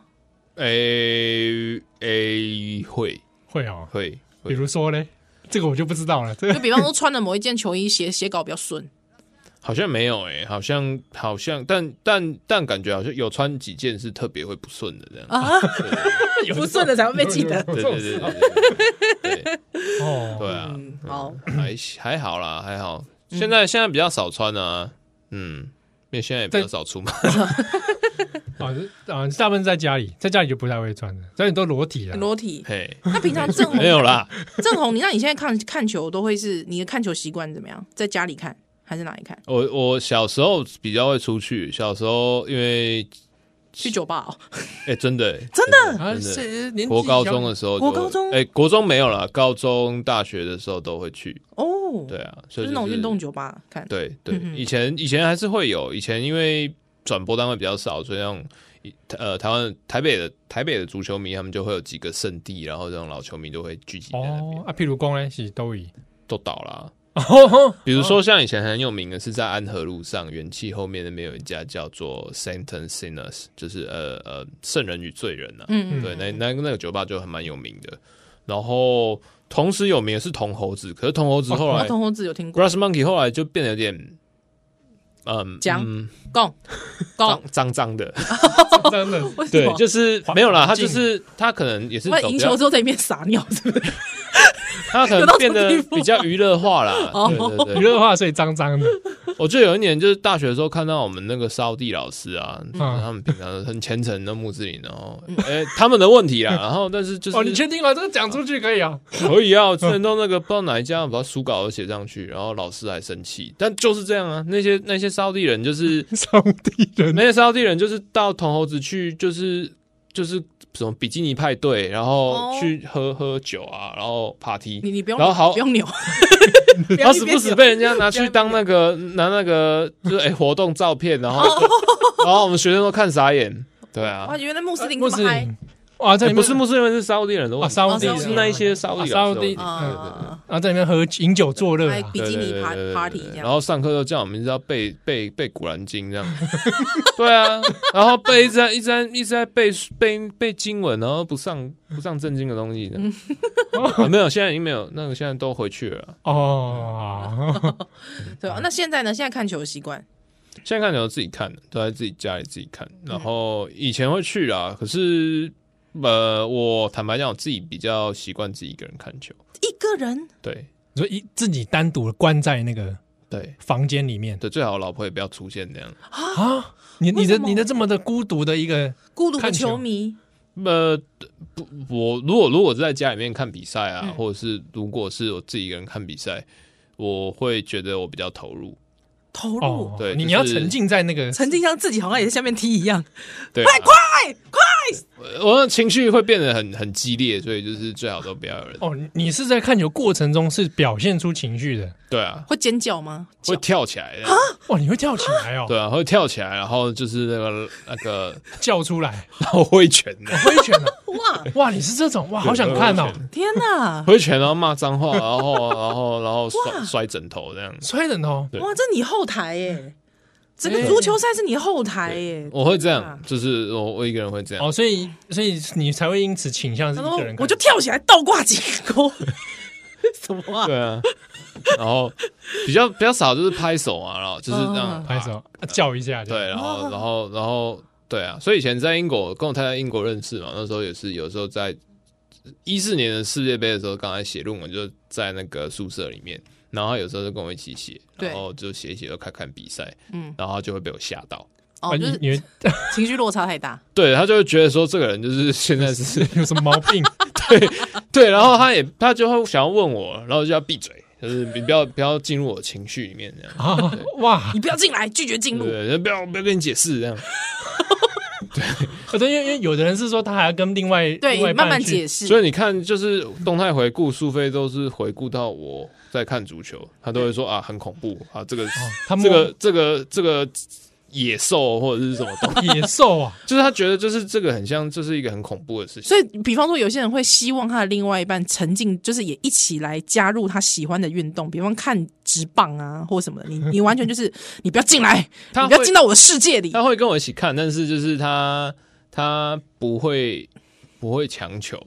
Speaker 4: 诶诶会
Speaker 2: 会哦，
Speaker 4: 会
Speaker 2: 比
Speaker 4: 会，
Speaker 2: 如说嘞，这个我就不知道了。这
Speaker 3: 就
Speaker 2: 个
Speaker 3: 比方说穿了某一件球衣，写写稿比较顺，
Speaker 4: 好像没有诶、好像好像，但但但感觉好像有穿几件是特别会不顺的这样，
Speaker 3: 啊不顺的才会被记得。
Speaker 4: 对对对对对对
Speaker 2: 哦，
Speaker 4: 对啊。
Speaker 3: 嗯，好，
Speaker 4: 还还好啦，还好。
Speaker 3: 嗯
Speaker 4: 现在、现在比较少穿啊，嗯，因为现在也比较少出门。
Speaker 2: 啊啊，大部分在家里，在家里就不太会穿的，所以你都裸体啊了。
Speaker 3: 裸体。
Speaker 4: 嘿，
Speaker 3: 那平常正
Speaker 4: 没
Speaker 3: 红
Speaker 4: 有啦，
Speaker 3: 正红，你那你现在看看球都会是你的看球习惯怎么样？在家里看还是哪里看？
Speaker 4: 我我小时候比较会出去，小时候因为
Speaker 3: 去酒吧哦，
Speaker 4: 哎、真的、欸、
Speaker 3: 真的
Speaker 2: 啊，
Speaker 4: 真的
Speaker 2: 是年纪
Speaker 4: 国高中
Speaker 2: 小
Speaker 4: 的时候就，
Speaker 3: 国高中
Speaker 4: 哎、国中没有啦，高中大学的时候都会去。
Speaker 3: 哦，
Speaker 4: 对啊，
Speaker 3: 就
Speaker 4: 所以、
Speaker 3: 是那种运动。酒吧看。
Speaker 4: 对对，
Speaker 3: 嗯哼
Speaker 4: 以前以前还是会有，以前因为转播单位比较少，所以那种呃台湾台北的台北的足球迷他们就会有几个圣地，然后这种老球迷就会聚集在那边。
Speaker 2: 哦啊，譬如公呢是都 以
Speaker 4: 都倒了
Speaker 2: 哦
Speaker 4: 啊。比如说，像以前很有名的是在安和路上元气后面那边有一家叫做 Sentence Sinners，就是呃呃圣人与罪人啊。
Speaker 3: 嗯，嗯
Speaker 4: 对，那那那个酒吧就很蛮有名的。然后同时有名的是铜猴子，可是铜猴子后来、
Speaker 3: 啊，同猴子有听过，
Speaker 4: Grass Monkey 后来就变得有点。嗯，
Speaker 3: 讲
Speaker 4: 嗯
Speaker 3: 讲
Speaker 4: 脏
Speaker 3: 讲，
Speaker 4: 脏脏 的，
Speaker 2: 真的
Speaker 3: 为什
Speaker 4: 对，
Speaker 3: 么？
Speaker 4: 就是
Speaker 2: 环
Speaker 4: 没有啦，他
Speaker 2: 境
Speaker 4: 就是他可能也是
Speaker 3: 我
Speaker 4: 走
Speaker 3: 赢
Speaker 4: 比
Speaker 3: 球
Speaker 4: 较，
Speaker 3: 之后在里面撒尿， 是不是？
Speaker 4: 他可
Speaker 3: 有
Speaker 4: 能
Speaker 3: 到
Speaker 4: 变
Speaker 3: 这种
Speaker 4: 得
Speaker 3: 地步啊
Speaker 4: 比较娱乐化啦。
Speaker 3: 哦
Speaker 4: 对对对，
Speaker 2: 娱乐化，所以脏脏的。
Speaker 4: 我记得有一年就是大学的时候看到我们那个沙地老师啊，
Speaker 2: 嗯
Speaker 4: 他们平常很虔诚的穆斯林，然后哎、他们的问题啦，然后但是就是
Speaker 2: 哦，你确定吗？这个讲出去可以 啊？
Speaker 4: 可以啊，我之前都那个不知道哪一家把书稿都写上去，然后老师还生气，但就是这样啊，那些那些沙地人 就是
Speaker 2: 上帝人
Speaker 4: 那些沙地人就是到铜猴子去就是就是什么比基尼派对，然后
Speaker 3: 哦
Speaker 4: 去喝喝酒啊，然后 party，
Speaker 3: 你你不用，
Speaker 4: 然后好
Speaker 3: 不 用扭，
Speaker 4: 然后时不时被人家拿去
Speaker 3: 不要
Speaker 4: 当那个拿那个就是哎、活动 照片，然后然后我们学生都看傻眼，对啊
Speaker 3: 哦哇，，原来穆斯林
Speaker 2: 穆
Speaker 3: 这
Speaker 2: 斯
Speaker 3: 么嗨
Speaker 2: 林，哇，在
Speaker 4: 哎
Speaker 2: 里
Speaker 4: 不
Speaker 2: 面
Speaker 4: 是穆斯林是沙乌地人的问
Speaker 2: 啊，
Speaker 4: 题，
Speaker 2: 沙乌地
Speaker 3: 哦沙
Speaker 4: 是
Speaker 3: 乌地
Speaker 4: 那一些沙乌地
Speaker 2: 啊沙
Speaker 4: 老师
Speaker 2: 乌
Speaker 4: 的
Speaker 2: 地
Speaker 4: 问题
Speaker 3: 啊
Speaker 4: 对对对
Speaker 2: 然后在里面喝饮酒作乐
Speaker 3: 还
Speaker 2: 啊，
Speaker 3: 比基
Speaker 4: 对对
Speaker 3: 尼
Speaker 4: 对
Speaker 3: 趴
Speaker 4: 对对
Speaker 3: party 这
Speaker 4: 然
Speaker 3: 样，
Speaker 4: 后上课都叫我们一直要背背背古兰经这样， 对啊，然后背一直在一直在一直在背背背经文，然后不上不上正经的东西 这样啊没有，现在已经没有那个，现在都回去了啊。
Speaker 2: 哦，
Speaker 3: 对吧？那现在呢？现在看球的习惯，
Speaker 4: 现在看球自己看，都在自己家里自己看。然后以前会去啦，可是呃，我坦白讲，我自己比较习惯自己一个人看球。
Speaker 3: 一个人
Speaker 4: 对
Speaker 2: 你说一自己单独的关在那个
Speaker 4: 对
Speaker 2: 房间里面
Speaker 4: 对，最好老婆也不要出现那样。
Speaker 2: 啊，你你
Speaker 3: 为
Speaker 2: 的
Speaker 3: 什么
Speaker 2: 你的这么的孤独的一个
Speaker 3: 孤独的
Speaker 2: 看球
Speaker 3: 球迷，
Speaker 4: 呃，不，我如果如果是在家里面看比赛啊，或者是如果是我自己一个人看比赛，我会觉得我比较投入。
Speaker 3: 投
Speaker 2: 哦
Speaker 3: 入，，
Speaker 4: 对
Speaker 2: 你
Speaker 4: 就是
Speaker 2: 你要沉浸在那个
Speaker 3: 沉浸像自己好像也在下面踢一样，
Speaker 4: 对、快快快！我的情绪会变得很很激烈，所以就是最好都不要有人。
Speaker 2: 哦，你你是在看球过程中是表现出情绪的
Speaker 4: 对 啊，
Speaker 3: 会尖叫吗？
Speaker 4: 会跳起来的，
Speaker 2: 哦，你会跳起来哦，
Speaker 4: 对啊，会跳起来，然后就是那个 那个
Speaker 2: 叫出来
Speaker 4: 后挥拳的，
Speaker 2: 挥拳啊，
Speaker 3: 哇，
Speaker 2: 哇，你是这种哇，好想看哦
Speaker 4: 对，
Speaker 3: 天 哪！
Speaker 4: 挥拳，然后啊骂脏话，然后然后然后摔摔枕头这样。
Speaker 2: 摔人哦，
Speaker 4: 对
Speaker 3: 哇，这你后台耶，整个
Speaker 2: 哎
Speaker 3: 足球赛是你后台耶。
Speaker 4: 我会这
Speaker 3: 啊
Speaker 4: 样，就是我我一个人会这样。
Speaker 2: 哦，所以所以你才会因此倾向是
Speaker 3: 他
Speaker 2: 一
Speaker 3: 说
Speaker 2: 个人看，
Speaker 3: 我就跳起来倒挂几个 勾，什么啊？
Speaker 4: 对啊，然后比较比较少就是拍手啊，然后就是这样
Speaker 3: 嗯
Speaker 2: 拍手、啊叫一下，
Speaker 4: 对，，然后然后然后对啊，所以以前在英国跟我太太英国认识嘛，那时候也是有时候在一四年的世界杯的时候，刚才写论文就在那个宿舍里面，然后她有时候就跟我一起写，
Speaker 3: 对
Speaker 4: 然后就写一写就看看比赛，
Speaker 3: 嗯，
Speaker 4: 然后她就会被我吓到。
Speaker 2: 啊
Speaker 3: 哦，就
Speaker 2: 你
Speaker 3: 是
Speaker 2: 你会
Speaker 3: 情绪落差太大，
Speaker 4: 对他就会觉得说这个人就是 现在是
Speaker 2: 有什么毛 病？
Speaker 4: 对，然后他也他就会想要问我，然后我就要闭嘴，就是你不要不要进入我情绪里面这样。
Speaker 2: 啊，哇！
Speaker 3: 你不要进来，拒绝进入。
Speaker 4: 对，不要不要跟你解释这样。
Speaker 2: 可哦是因为因为有的人是说他还要跟另外另外
Speaker 3: 对，
Speaker 2: 一半
Speaker 3: 慢慢
Speaker 2: 去
Speaker 3: 解释。
Speaker 4: 所以你看，就是动态回顾，苏菲都是回顾到我在看足球，他都会说啊，很恐怖啊，这个、
Speaker 2: 他摸
Speaker 4: 这个这个这个野兽或者是什么东西，
Speaker 2: 野兽啊，
Speaker 4: 就是他觉得就是这个很像，这是一个很恐怖的事情。
Speaker 3: 所以，比方说，有些人会希望他的另外一半沉浸，就是也一起来加入他喜欢的运动，比方看直棒啊，或什么的。 你你完全就是你不要进来，
Speaker 4: 他
Speaker 3: 你不要
Speaker 4: 会
Speaker 3: 进到我的世界里。
Speaker 4: 他会跟我一起看，但是就是他他不会不会强求，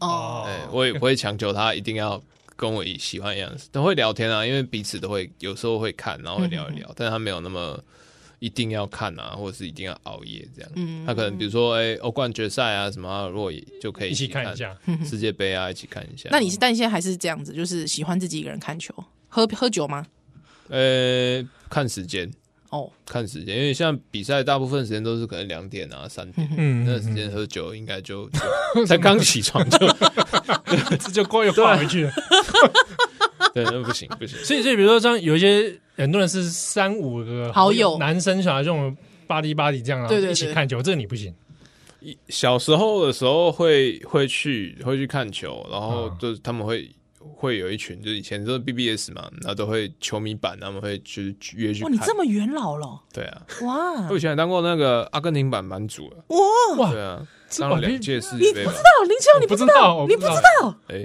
Speaker 3: 哦，
Speaker 4: 哎、我也不会强求他一定要跟我一喜欢一样的事，都会聊天啊，因为彼此都会有时候会看，然后会聊一
Speaker 3: 嗯
Speaker 4: 聊，但他没有那么一定要看啊，或者是一定要熬夜这样。
Speaker 3: 嗯
Speaker 4: 他可能比如说哎，欧、冠决赛啊什么啊，如果也就可以
Speaker 2: 一起
Speaker 4: 看
Speaker 2: 看一下，
Speaker 4: 世界杯啊，一起看一下。
Speaker 3: 那你是但现在还是这样子，就是喜欢自己一个人看球，喝喝酒吗？
Speaker 4: 呃、看时间。
Speaker 3: 哦，
Speaker 4: 看时间，因为像比赛大部分时间都是可能两点啊、三点，
Speaker 2: 嗯
Speaker 4: 那时间喝酒应该就就才刚起床 就
Speaker 2: 这就过又放回去
Speaker 4: 啊
Speaker 2: 了。
Speaker 4: 对，那不行不行，
Speaker 2: 所以，所以比如说像有一些很多人是三五个
Speaker 3: 好友
Speaker 2: 男生想要这种巴黎巴黎这样，然后
Speaker 3: 对对对
Speaker 2: 一起看球，这个你不行。
Speaker 4: 小时候的时候会会去会去看球，然后
Speaker 3: 嗯
Speaker 4: 就是他们会会有一群，就是以前都是 BBS 嘛，然后都会球迷版，他们会去约去
Speaker 3: 哇，
Speaker 4: 看。
Speaker 3: 你这么元老了，
Speaker 4: 对啊，
Speaker 3: 哇！
Speaker 4: 我以前还当过那个阿根廷版版主啊，
Speaker 2: 哇
Speaker 4: 对，啊，
Speaker 2: 这
Speaker 4: 当了两届世界杯嘛，
Speaker 3: 道林秋，
Speaker 2: 我不知道，我不知道，
Speaker 4: 哎、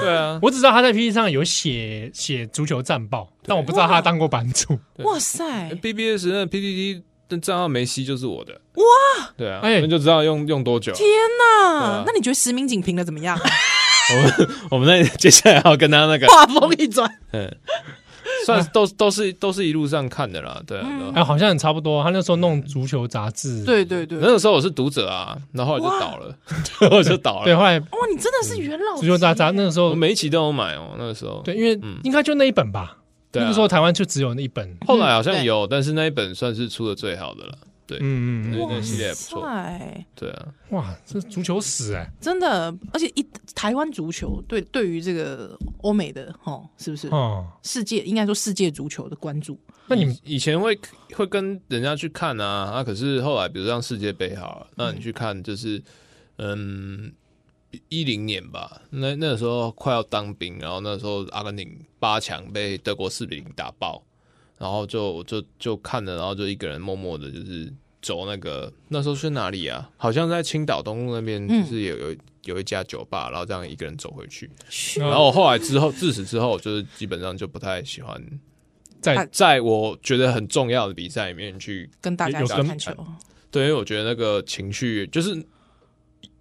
Speaker 4: 对啊，
Speaker 2: 我只知道他在 PPT 上有写写足球战报，但我不知道他当过版主。
Speaker 4: 对
Speaker 3: 哇塞，
Speaker 4: BBS 那 PTT 那账号梅西就是我的哇，对啊，
Speaker 2: 哎
Speaker 4: 那就知道用用多久。
Speaker 3: 天哪
Speaker 4: 啊！
Speaker 3: 那你觉得实名警评的怎么 样？
Speaker 4: 我们我们那接下来要跟他那个，
Speaker 3: 话锋一转，
Speaker 4: 嗯，算是都都是都是一路上看的啦，对
Speaker 3: 嗯
Speaker 4: 啊，对啊
Speaker 2: 哎，好像很差不多。他那时候弄足球杂志，
Speaker 3: 对对对，
Speaker 4: 那个时候我是读者啊，然后后来就倒了，然后 我就倒
Speaker 2: 对，
Speaker 4: 了。
Speaker 2: 后来
Speaker 3: 哇，你真的哦是元
Speaker 4: 嗯
Speaker 3: 老级
Speaker 2: 足球杂杂那个时
Speaker 4: 我
Speaker 2: 候，
Speaker 4: 每一集都有买哦，那个时候。
Speaker 2: 对，因为
Speaker 4: 嗯
Speaker 2: 应该就那一本吧。
Speaker 4: 对啊
Speaker 2: 那个时候台湾就只有那一本。
Speaker 4: 后来好像
Speaker 3: 对
Speaker 4: 有，但是那一本算是出的最好的了。对，
Speaker 2: 嗯嗯嗯，
Speaker 4: 那那系列也不错。
Speaker 3: 塞
Speaker 4: 对啊，
Speaker 2: 哇，这足球史哎，
Speaker 3: 真的，而且一台湾足球对对于这个欧美的哈，是不是、
Speaker 2: 哦，
Speaker 3: 世界应该说世界足球的关注？
Speaker 2: 那你们
Speaker 4: 以前会会跟人家去看啊，啊，可是后来比如像世界杯好了，那你去看就是，嗯，一零年吧，那那个时候快要当兵，然后那时候阿根廷八强被德国四比零打爆，然后就我就就看了，然后就一个人默默的，就是走那个那时候是哪里啊？好像在青岛东路那边，
Speaker 3: 嗯
Speaker 4: 就是有有有一家酒吧，然后这样一个人走回去。
Speaker 3: 嘘
Speaker 4: 然后我后来之后，自此之后，就是基本上就不太喜欢
Speaker 2: 在
Speaker 3: 啊
Speaker 4: 在我觉得很重要的比赛里面去
Speaker 3: 跟大家一
Speaker 2: 有
Speaker 3: 起
Speaker 2: 跟
Speaker 3: 看球，
Speaker 4: 对，因为我觉得那个情绪就是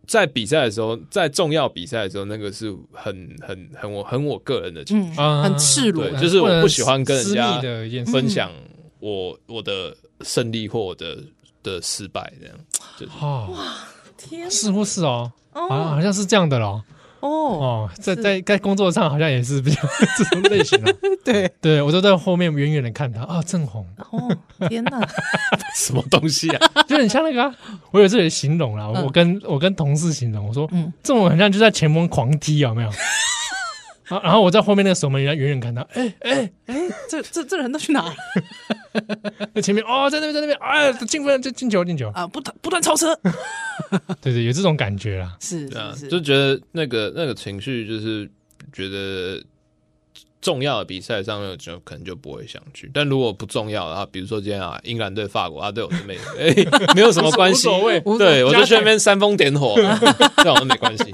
Speaker 4: 在比赛的时候，在重要比赛的时候，那个是很很很我很我个人的情绪，
Speaker 3: 嗯，
Speaker 2: 啊
Speaker 3: 很赤裸
Speaker 4: 对，就是我不喜欢跟人
Speaker 2: 私
Speaker 4: 家
Speaker 2: 密的一件事。
Speaker 4: 分享我我的胜利或我的的失败这样。就是
Speaker 2: 哦，
Speaker 3: 天
Speaker 2: 是不是哦？啊，
Speaker 3: 哦
Speaker 2: 好像是这样的咯。
Speaker 3: 哦，
Speaker 2: 哦，在
Speaker 3: 是
Speaker 2: 在在工作上好像也是比较这种类型的。
Speaker 3: 对
Speaker 2: 对我都在后面远远的看他啊，正红，
Speaker 3: 哦，天哪，
Speaker 4: 什么东西啊？
Speaker 2: 就很像那个、啊。我有这里形容啦，啊
Speaker 3: 嗯
Speaker 2: 我跟我跟同事形容，我说，
Speaker 3: 嗯
Speaker 2: 这种很像就在前门狂踢，有没有？啊，然后我在后面那个守门员远远看他，哎、
Speaker 3: 这这这人都去哪了
Speaker 2: 在前面哦，在那边，在那边，哎，进分，就进球，进球，
Speaker 3: 啊？不断不断超车，
Speaker 2: 对对，有这种感觉啦。
Speaker 3: 是
Speaker 4: 对啊，
Speaker 3: 是，
Speaker 4: 就是觉得那个那个情绪，就是觉得重要的比赛上面，就可能就不会想去。但如果不重要的话，比如说今天啊，英格兰对法国啊，对我是没、 哎，没有什么关系，
Speaker 2: 无所谓无所谓
Speaker 4: 对我就去那边煽风点火，啊这种没关系。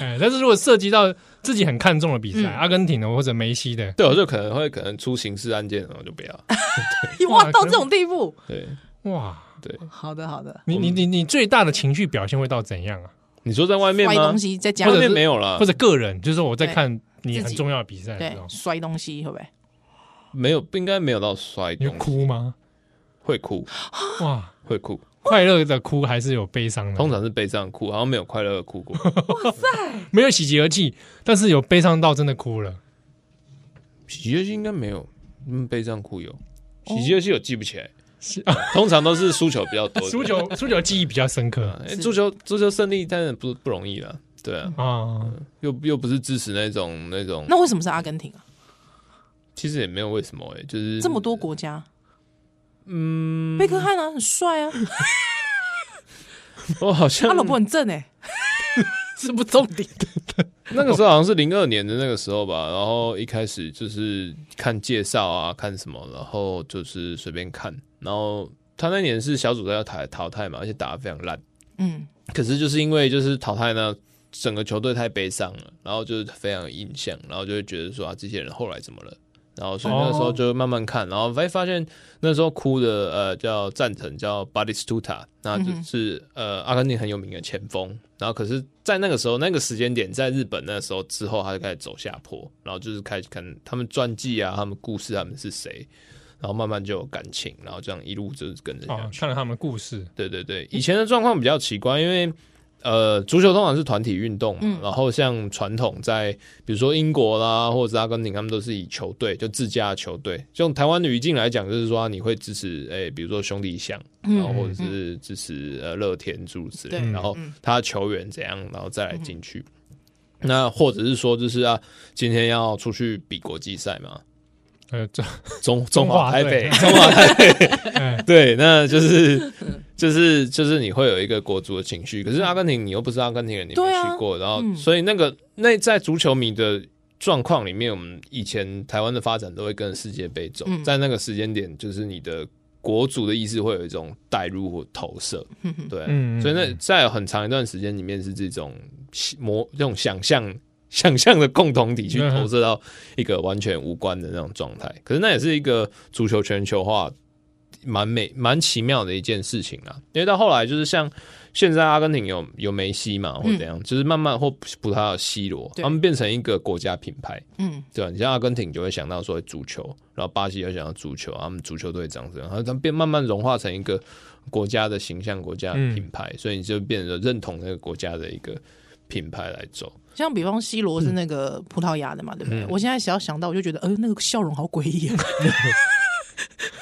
Speaker 2: 哎，但是如果涉及到自己很看重的比赛，
Speaker 3: 嗯
Speaker 2: 阿根廷的或者梅西的，
Speaker 4: 对，我就可能会可能出刑事案件，我就不要。
Speaker 3: 哇，到这种地步，
Speaker 4: 对
Speaker 2: 哇，
Speaker 4: 对，
Speaker 3: 好的好的，
Speaker 2: 你你你你最大的情绪表现会到怎样啊？
Speaker 4: 你说在外面
Speaker 3: 摔
Speaker 4: 吗
Speaker 3: 东？西在家
Speaker 4: 外
Speaker 2: 或者
Speaker 4: 面
Speaker 2: 是
Speaker 4: 没有了，
Speaker 2: 或者个人，就是我在
Speaker 3: 对
Speaker 2: 看你
Speaker 3: 自
Speaker 2: 很
Speaker 3: 己
Speaker 2: 重要的比赛的
Speaker 3: 对
Speaker 2: 时候，
Speaker 3: 摔东西会不会？
Speaker 4: 没有，应该没有到摔
Speaker 2: 你
Speaker 4: 东
Speaker 2: 会
Speaker 4: 西，
Speaker 2: 哭吗？
Speaker 4: 会哭
Speaker 2: 哇，
Speaker 4: 会哭，
Speaker 2: 快乐的哭还是有悲
Speaker 3: 嗯
Speaker 2: 伤的，
Speaker 4: 通常是悲伤哭，好像没有快乐的 哭过。
Speaker 2: 没有喜极而泣，但是有悲伤到真的哭了。
Speaker 4: 喜剧戏应该没有，嗯，悲伤哭
Speaker 3: 哦
Speaker 4: 有。喜剧戏我记不起来，
Speaker 2: 是啊，
Speaker 4: 通常都是输球比较 多。
Speaker 2: 输球 输球记忆比较深刻
Speaker 4: 哎，
Speaker 3: 是
Speaker 4: 足球足球胜利当然不不容易了，对啊，
Speaker 2: 啊。
Speaker 4: 又又不是支持那种那种，
Speaker 3: 嗯那为什么是阿根廷啊？
Speaker 4: 其实也没有为什么哎，就是
Speaker 3: 这么多国家，
Speaker 4: 嗯，
Speaker 3: 贝克汉啊，很帅啊，
Speaker 4: 我好
Speaker 3: 他
Speaker 4: 像
Speaker 3: 老婆很正哎，是不重点，
Speaker 4: 那个时候好像是零二年的那个时候吧，然后一开始就是看介绍啊，看什么，然后就是随便看，然后他那年是小组赛要淘淘汰嘛，而且打得非常烂。
Speaker 3: 嗯，
Speaker 4: 可是就是因为就是淘汰呢，整个球队太悲伤了，然后就是非常有印象，然后就会觉得说啊，这些人后来怎么了？然后所以那个时候就慢慢看，然后哎发现那时候哭的呃叫赞成叫 Batistuta，那就是、呃阿根廷很有名的前锋，然后可是，在那个时候那个时间点，在日本那时候之后，他就开始走下坡，然后就是开始看他们传记啊，他们故事，他们是谁，然后慢慢就有感情，然后这样一路就是跟着下去。
Speaker 2: 啊，看了他们的故事，
Speaker 4: 对对对，以前的状况比较奇怪，因为呃，足球通常是团体运动嘛，
Speaker 3: 嗯
Speaker 4: 然后像传统在比如说英国啦，或者是阿根廷，他们都是以球队就自家的球队，就用台湾的语境来讲，就是说你会支持哎、比如说兄弟象，
Speaker 3: 嗯
Speaker 4: 然后或者是支持呃乐天柱之类的，
Speaker 3: 对
Speaker 4: 然后
Speaker 3: 嗯
Speaker 4: 他的球员怎样，然后再来进去。那或者是说，就是啊，今天要出去比国际赛嘛，
Speaker 2: 呃，这
Speaker 4: 中中
Speaker 2: 华
Speaker 4: 华台
Speaker 2: 队
Speaker 4: 北，中华台北，
Speaker 2: 哎
Speaker 4: 对，那就是就是就是你会有一个国足的情绪，可是阿根廷你又不是阿根廷人，你没
Speaker 3: 对啊
Speaker 4: 去过，然后、
Speaker 3: 嗯
Speaker 4: 所以那个那在足球迷的状况里面，我们以前台湾的发展都会跟世界杯走，
Speaker 3: 嗯
Speaker 4: 在那个时间点，就是你的国足的意识会有一种带入或投射，对，啊
Speaker 2: 嗯嗯
Speaker 4: 所以那
Speaker 2: 嗯
Speaker 4: 在很长一段时间里面是这种模这种想象。想象的共同体去投射到一个完全无关的那种状态，可是那也是一个足球全球化蛮美蛮奇妙的一件事情啊。因为到后来就是像现在阿根廷有有梅西嘛，或怎样，就是慢慢或葡萄牙有 C 罗，
Speaker 3: 对
Speaker 4: 他们变成一个国家品牌，
Speaker 3: 嗯，
Speaker 4: 对啊吧、你像阿根廷就会想到说足球，然后巴西又想到足球，啊他们足球队长这样，然后他们变慢慢融化成一个国家的形象、国家的品牌，
Speaker 3: 嗯
Speaker 4: 所以你就变得认同那个国家的一个品牌来走。
Speaker 3: 像比方 C 罗是那个葡萄牙
Speaker 2: 嗯
Speaker 3: 的嘛，对不对？我现在只要想到，我就觉得，呃，那个笑容好诡异啊，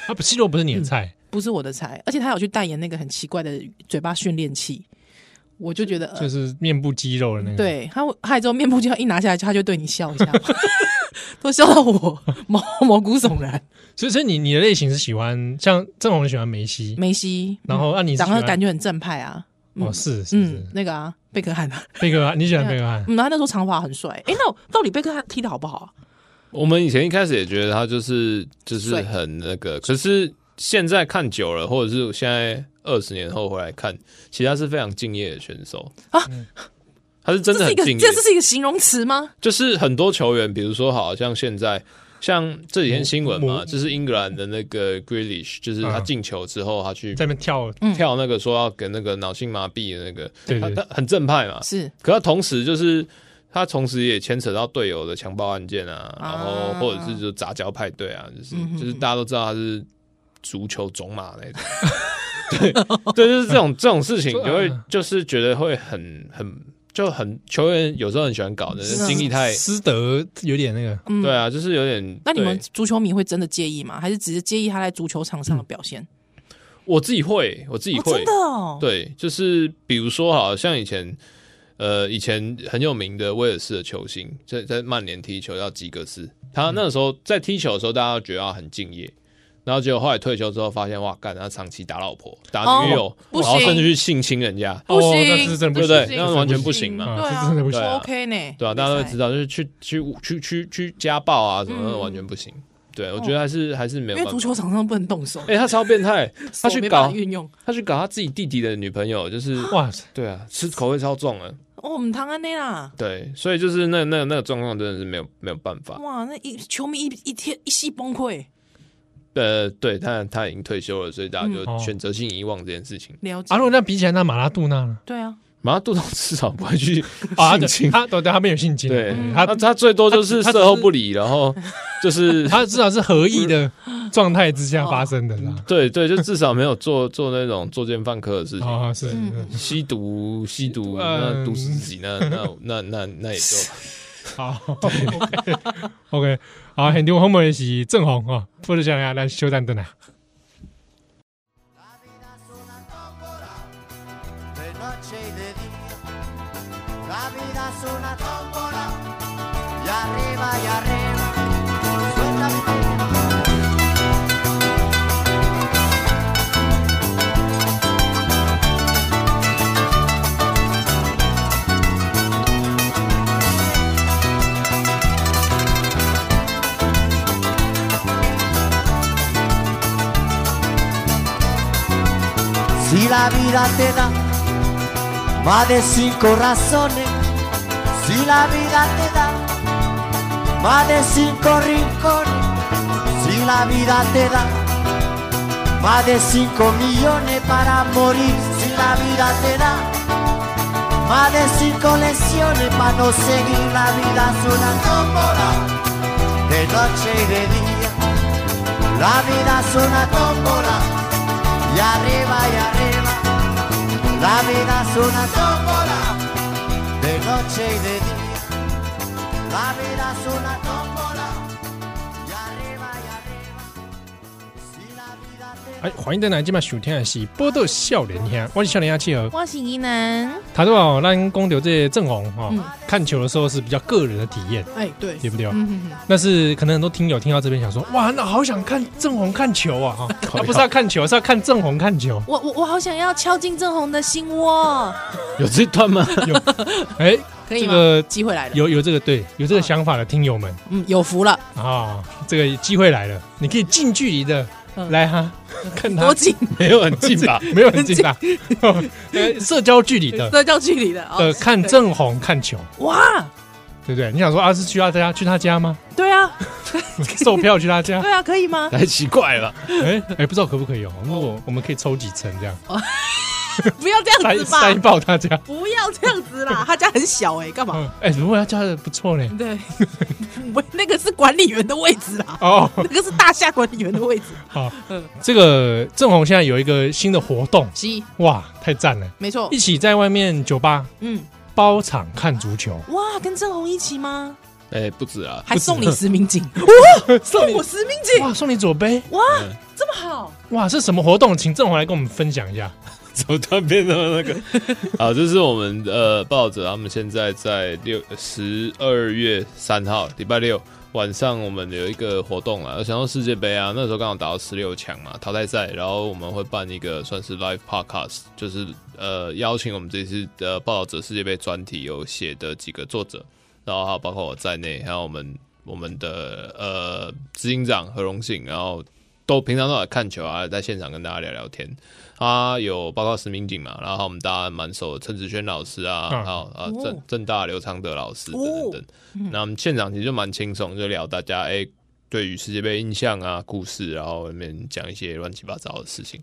Speaker 2: 他啊不西罗不是你的菜，
Speaker 3: 不是我的菜。而且他有去代言那个很奇怪的嘴巴训练器，我就觉得，呃
Speaker 2: 就是面部肌肉的那个。，
Speaker 3: 对他，他还之后面部就一拿下来，他就对你笑一下， 都笑到我毛毛骨悚 然。
Speaker 2: 所以所以你你的类型是喜欢像郑红喜欢梅西，
Speaker 3: 梅西，
Speaker 2: 然后那啊你是
Speaker 3: 然
Speaker 2: 喜
Speaker 3: 后
Speaker 2: 欢
Speaker 3: 感觉很正派啊，
Speaker 2: 哦是是
Speaker 3: 嗯
Speaker 2: 是，，
Speaker 3: 那个啊，贝克汉啊，
Speaker 2: 贝克汉你喜欢贝克汉，
Speaker 3: 嗯，他那时候长发很帅。哎，那我到底贝克汉踢的好不好啊？
Speaker 4: 我们以前一开始也觉得他就是就是
Speaker 3: 帅
Speaker 4: 很那个，可是现在看久了，或者是现在二十年后回来看，其实他是非常敬业的选手啊，他是真的
Speaker 3: 这是一
Speaker 4: 很
Speaker 3: 个
Speaker 4: 敬业
Speaker 3: 这。是一个形容词吗？
Speaker 4: 就是很多球员，比如说，好像现在像这几天新闻
Speaker 2: 嗯
Speaker 4: 嘛，就是英格兰的那个 Grealish，就是他
Speaker 2: 嗯
Speaker 4: 进球之后，他去
Speaker 2: 在那边跳，
Speaker 4: 跳那个说要给那个脑性麻痹的那个，
Speaker 2: 对
Speaker 4: 他
Speaker 2: 对
Speaker 4: 他很正派嘛。
Speaker 3: 是
Speaker 4: 可他同时就是他同时也牵扯到队友的强暴案件啊，
Speaker 3: 啊
Speaker 4: 然后或者是就杂交派对啊，就是、
Speaker 3: 嗯哼
Speaker 4: 就是大家都知道他是足球种马那 种。对对，就是这种这种事情，
Speaker 2: 对啊
Speaker 4: 就会就是觉得会很很就很球员有时候很喜欢搞的
Speaker 3: 是啊
Speaker 4: 精力太
Speaker 2: 师德有点那个，
Speaker 3: 嗯
Speaker 4: 对啊，就是有点。
Speaker 3: 那你们
Speaker 4: 对
Speaker 3: 足球迷会真的介意吗？还是只是介意他在足球场上的表现？
Speaker 4: 我自己会，我自己
Speaker 3: 哦，
Speaker 4: 嗯会，
Speaker 3: 真的哦，
Speaker 4: 对，就是比如说，好像以前，呃，以前很有名的威尔士的球星，在在曼联踢球叫吉格斯，
Speaker 3: 嗯
Speaker 4: 他那时候在踢球的时候，大家都觉得他很敬业。然后结果后来退休之后，发现哇，干他长期打老婆、打女友
Speaker 3: 哦，不
Speaker 4: 然后
Speaker 3: 行
Speaker 4: 甚至去性侵人家，
Speaker 3: 不行
Speaker 2: 哦那是真的
Speaker 4: 对
Speaker 2: 不
Speaker 4: 不
Speaker 2: 行，
Speaker 4: 对？那完全不行嘛，
Speaker 2: 啊
Speaker 3: 对
Speaker 2: 这真的不行
Speaker 3: 啊，不
Speaker 4: 对啊
Speaker 3: OK 呢，
Speaker 4: 对啊，大家都
Speaker 3: 没
Speaker 4: 会
Speaker 3: 赛
Speaker 4: 知道，就是去去去去去家暴啊什么的，完全不行。对，我觉得还是还是没有
Speaker 3: 嗯因为
Speaker 4: 办法
Speaker 3: 足。球场上不能动手，
Speaker 4: 哎、他超变态， 他
Speaker 3: 手
Speaker 4: 去
Speaker 3: 没办法
Speaker 4: 搞
Speaker 3: 运用。
Speaker 4: 他去搞他自己弟弟的女朋友，就是
Speaker 2: 哇，
Speaker 4: 对啊，吃口味超重了。
Speaker 3: 哦，我们唐安内啦，
Speaker 4: 对，所以就是那那那个状况真的是没有没有办法。
Speaker 3: 哇，那一球迷一一天一夕崩溃，
Speaker 4: 呃，对他他已经退休了，所以大家
Speaker 2: 嗯
Speaker 4: 就选择性遗忘这件事情。
Speaker 3: 了解
Speaker 2: 啊，如，果那比起来，那马拉杜纳 呢？
Speaker 3: 对啊，
Speaker 4: 马上杜总至少不会去
Speaker 2: 啊，
Speaker 4: 性侵，
Speaker 2: 他对对，他没有性侵，
Speaker 4: 对
Speaker 2: 嗯
Speaker 4: 他
Speaker 2: 他
Speaker 4: 他最多就是
Speaker 2: 他他只是
Speaker 4: 事后不理，然后就是
Speaker 2: 他至少是合意的状态之下发生的啦。
Speaker 4: 对对，就至少没有做做那种作奸犯科的事情。
Speaker 2: 啊，是，
Speaker 3: 嗯
Speaker 2: 是
Speaker 4: 吸毒，吸毒，
Speaker 2: 嗯
Speaker 4: 那毒死自己，那那那那那也就
Speaker 2: 好 ，OK，好，很多后面是正红啊，或者想下来休战等来。啊
Speaker 1: La vida es una tómbola de noche y de día. La vida es una tómbola y arriba y arriba. Suelta mi vida. Si la vida te da más de cinco razones, si la vida te da más de cinco rincones, si la vida te da más de cinco millones para morir, si la vida te da más de cinco lesiones para no seguir, la vida es una tómbola de noche y de día, la vida es una tómbola y arriba y arriba. La vida es una tómbola de noche y de día. La vida es una tómbola y arriba y arriba. Si la vida te
Speaker 2: 哎，欢迎登来，今晚收听的是《波多笑脸兄》，我是笑脸兄企鹅。
Speaker 3: 我是疑男，
Speaker 2: 他说哦，让公牛这些正红哈、哦
Speaker 3: 嗯
Speaker 2: 看球的时候是比较个人的体验，
Speaker 3: 哎，对，
Speaker 2: 对不哦对？
Speaker 3: 嗯哼哼，
Speaker 2: 但是可能很多听友听到这边想说，哇，那好想看正红看球啊！哈、他不是要看球，是要看正红看球。
Speaker 3: 我我我好想要敲进正红的心窝，
Speaker 4: 有这段吗？
Speaker 2: 哎，
Speaker 3: 可以
Speaker 2: 这
Speaker 3: 吗？
Speaker 2: 个
Speaker 3: 机会来了，
Speaker 2: 有有这个对有这个想法的听友们
Speaker 3: 嗯，有福了，
Speaker 2: 啊、这个机会来了，你可以近距离的
Speaker 3: 嗯
Speaker 2: 来哈、看他
Speaker 3: 多，近，
Speaker 4: 没有很近 吧？
Speaker 2: 没有很 近吧？呃社交距离的
Speaker 3: 社交距离的，哦
Speaker 2: 呃看正红看球，
Speaker 3: 哇，
Speaker 2: 对不对？你想说啊，是去他家去他家 吗？
Speaker 3: 对 啊，
Speaker 2: 售票去他家？
Speaker 3: 对啊，可以吗？
Speaker 4: 太奇怪了，
Speaker 2: 哎哎，不知道可不可以哦？如果我们可以抽几层这样，
Speaker 3: 哦不要这样
Speaker 2: 塞
Speaker 3: 子
Speaker 2: 塞
Speaker 3: 吧，
Speaker 2: 爆大家。
Speaker 3: 不要这样子 啦，他家很小哎，干嘛？
Speaker 2: 嗯，哎，如果要加的不错 嘞。
Speaker 3: 对，我那个是管理员的位置啦，
Speaker 2: 哦，
Speaker 3: 那个是大厦管理员的位置。
Speaker 2: 好
Speaker 3: 嗯，
Speaker 2: 这个正红现在有一个新的活动，
Speaker 3: 是，
Speaker 2: 哇，太赞了！
Speaker 3: 没错
Speaker 2: 一，起在外面酒吧
Speaker 3: 嗯，
Speaker 2: 包场看足球，
Speaker 3: 哇，跟郑红一起吗？
Speaker 4: 哎，不止啊，
Speaker 3: 还送你实名 警，送我实名警，
Speaker 2: 哇，送你左杯，
Speaker 3: 哇，这么好，
Speaker 2: 哇，是什么活动？请正红来跟我们分享一下。
Speaker 4: 怎么突然变成那个？啊，这是我们呃报纸，他们现在在六十二月三号礼拜六晚上，我们有一个活动啊，想到世界杯啊，那时候刚好打到十六强嘛，淘汰赛，然后我们会办一个算是 live podcast，就是呃邀请我们这次的报道者世界杯专题有写的几个作者，然后还有包括我在内，还有我们我们的呃执行长何荣信，然后都平常都来看球啊，在现场跟大家聊聊天。他有包括石明景嘛，然后我们大家蛮熟的陈子轩老师啊，
Speaker 2: 嗯
Speaker 4: 还有啊
Speaker 3: 哦
Speaker 4: 正正大刘昌德老师等等等
Speaker 3: 哦。
Speaker 4: 那我们现场其实就蛮轻松，就聊大家哎、对于世界杯印象啊、故事，然后里面讲一些乱七八糟的事情。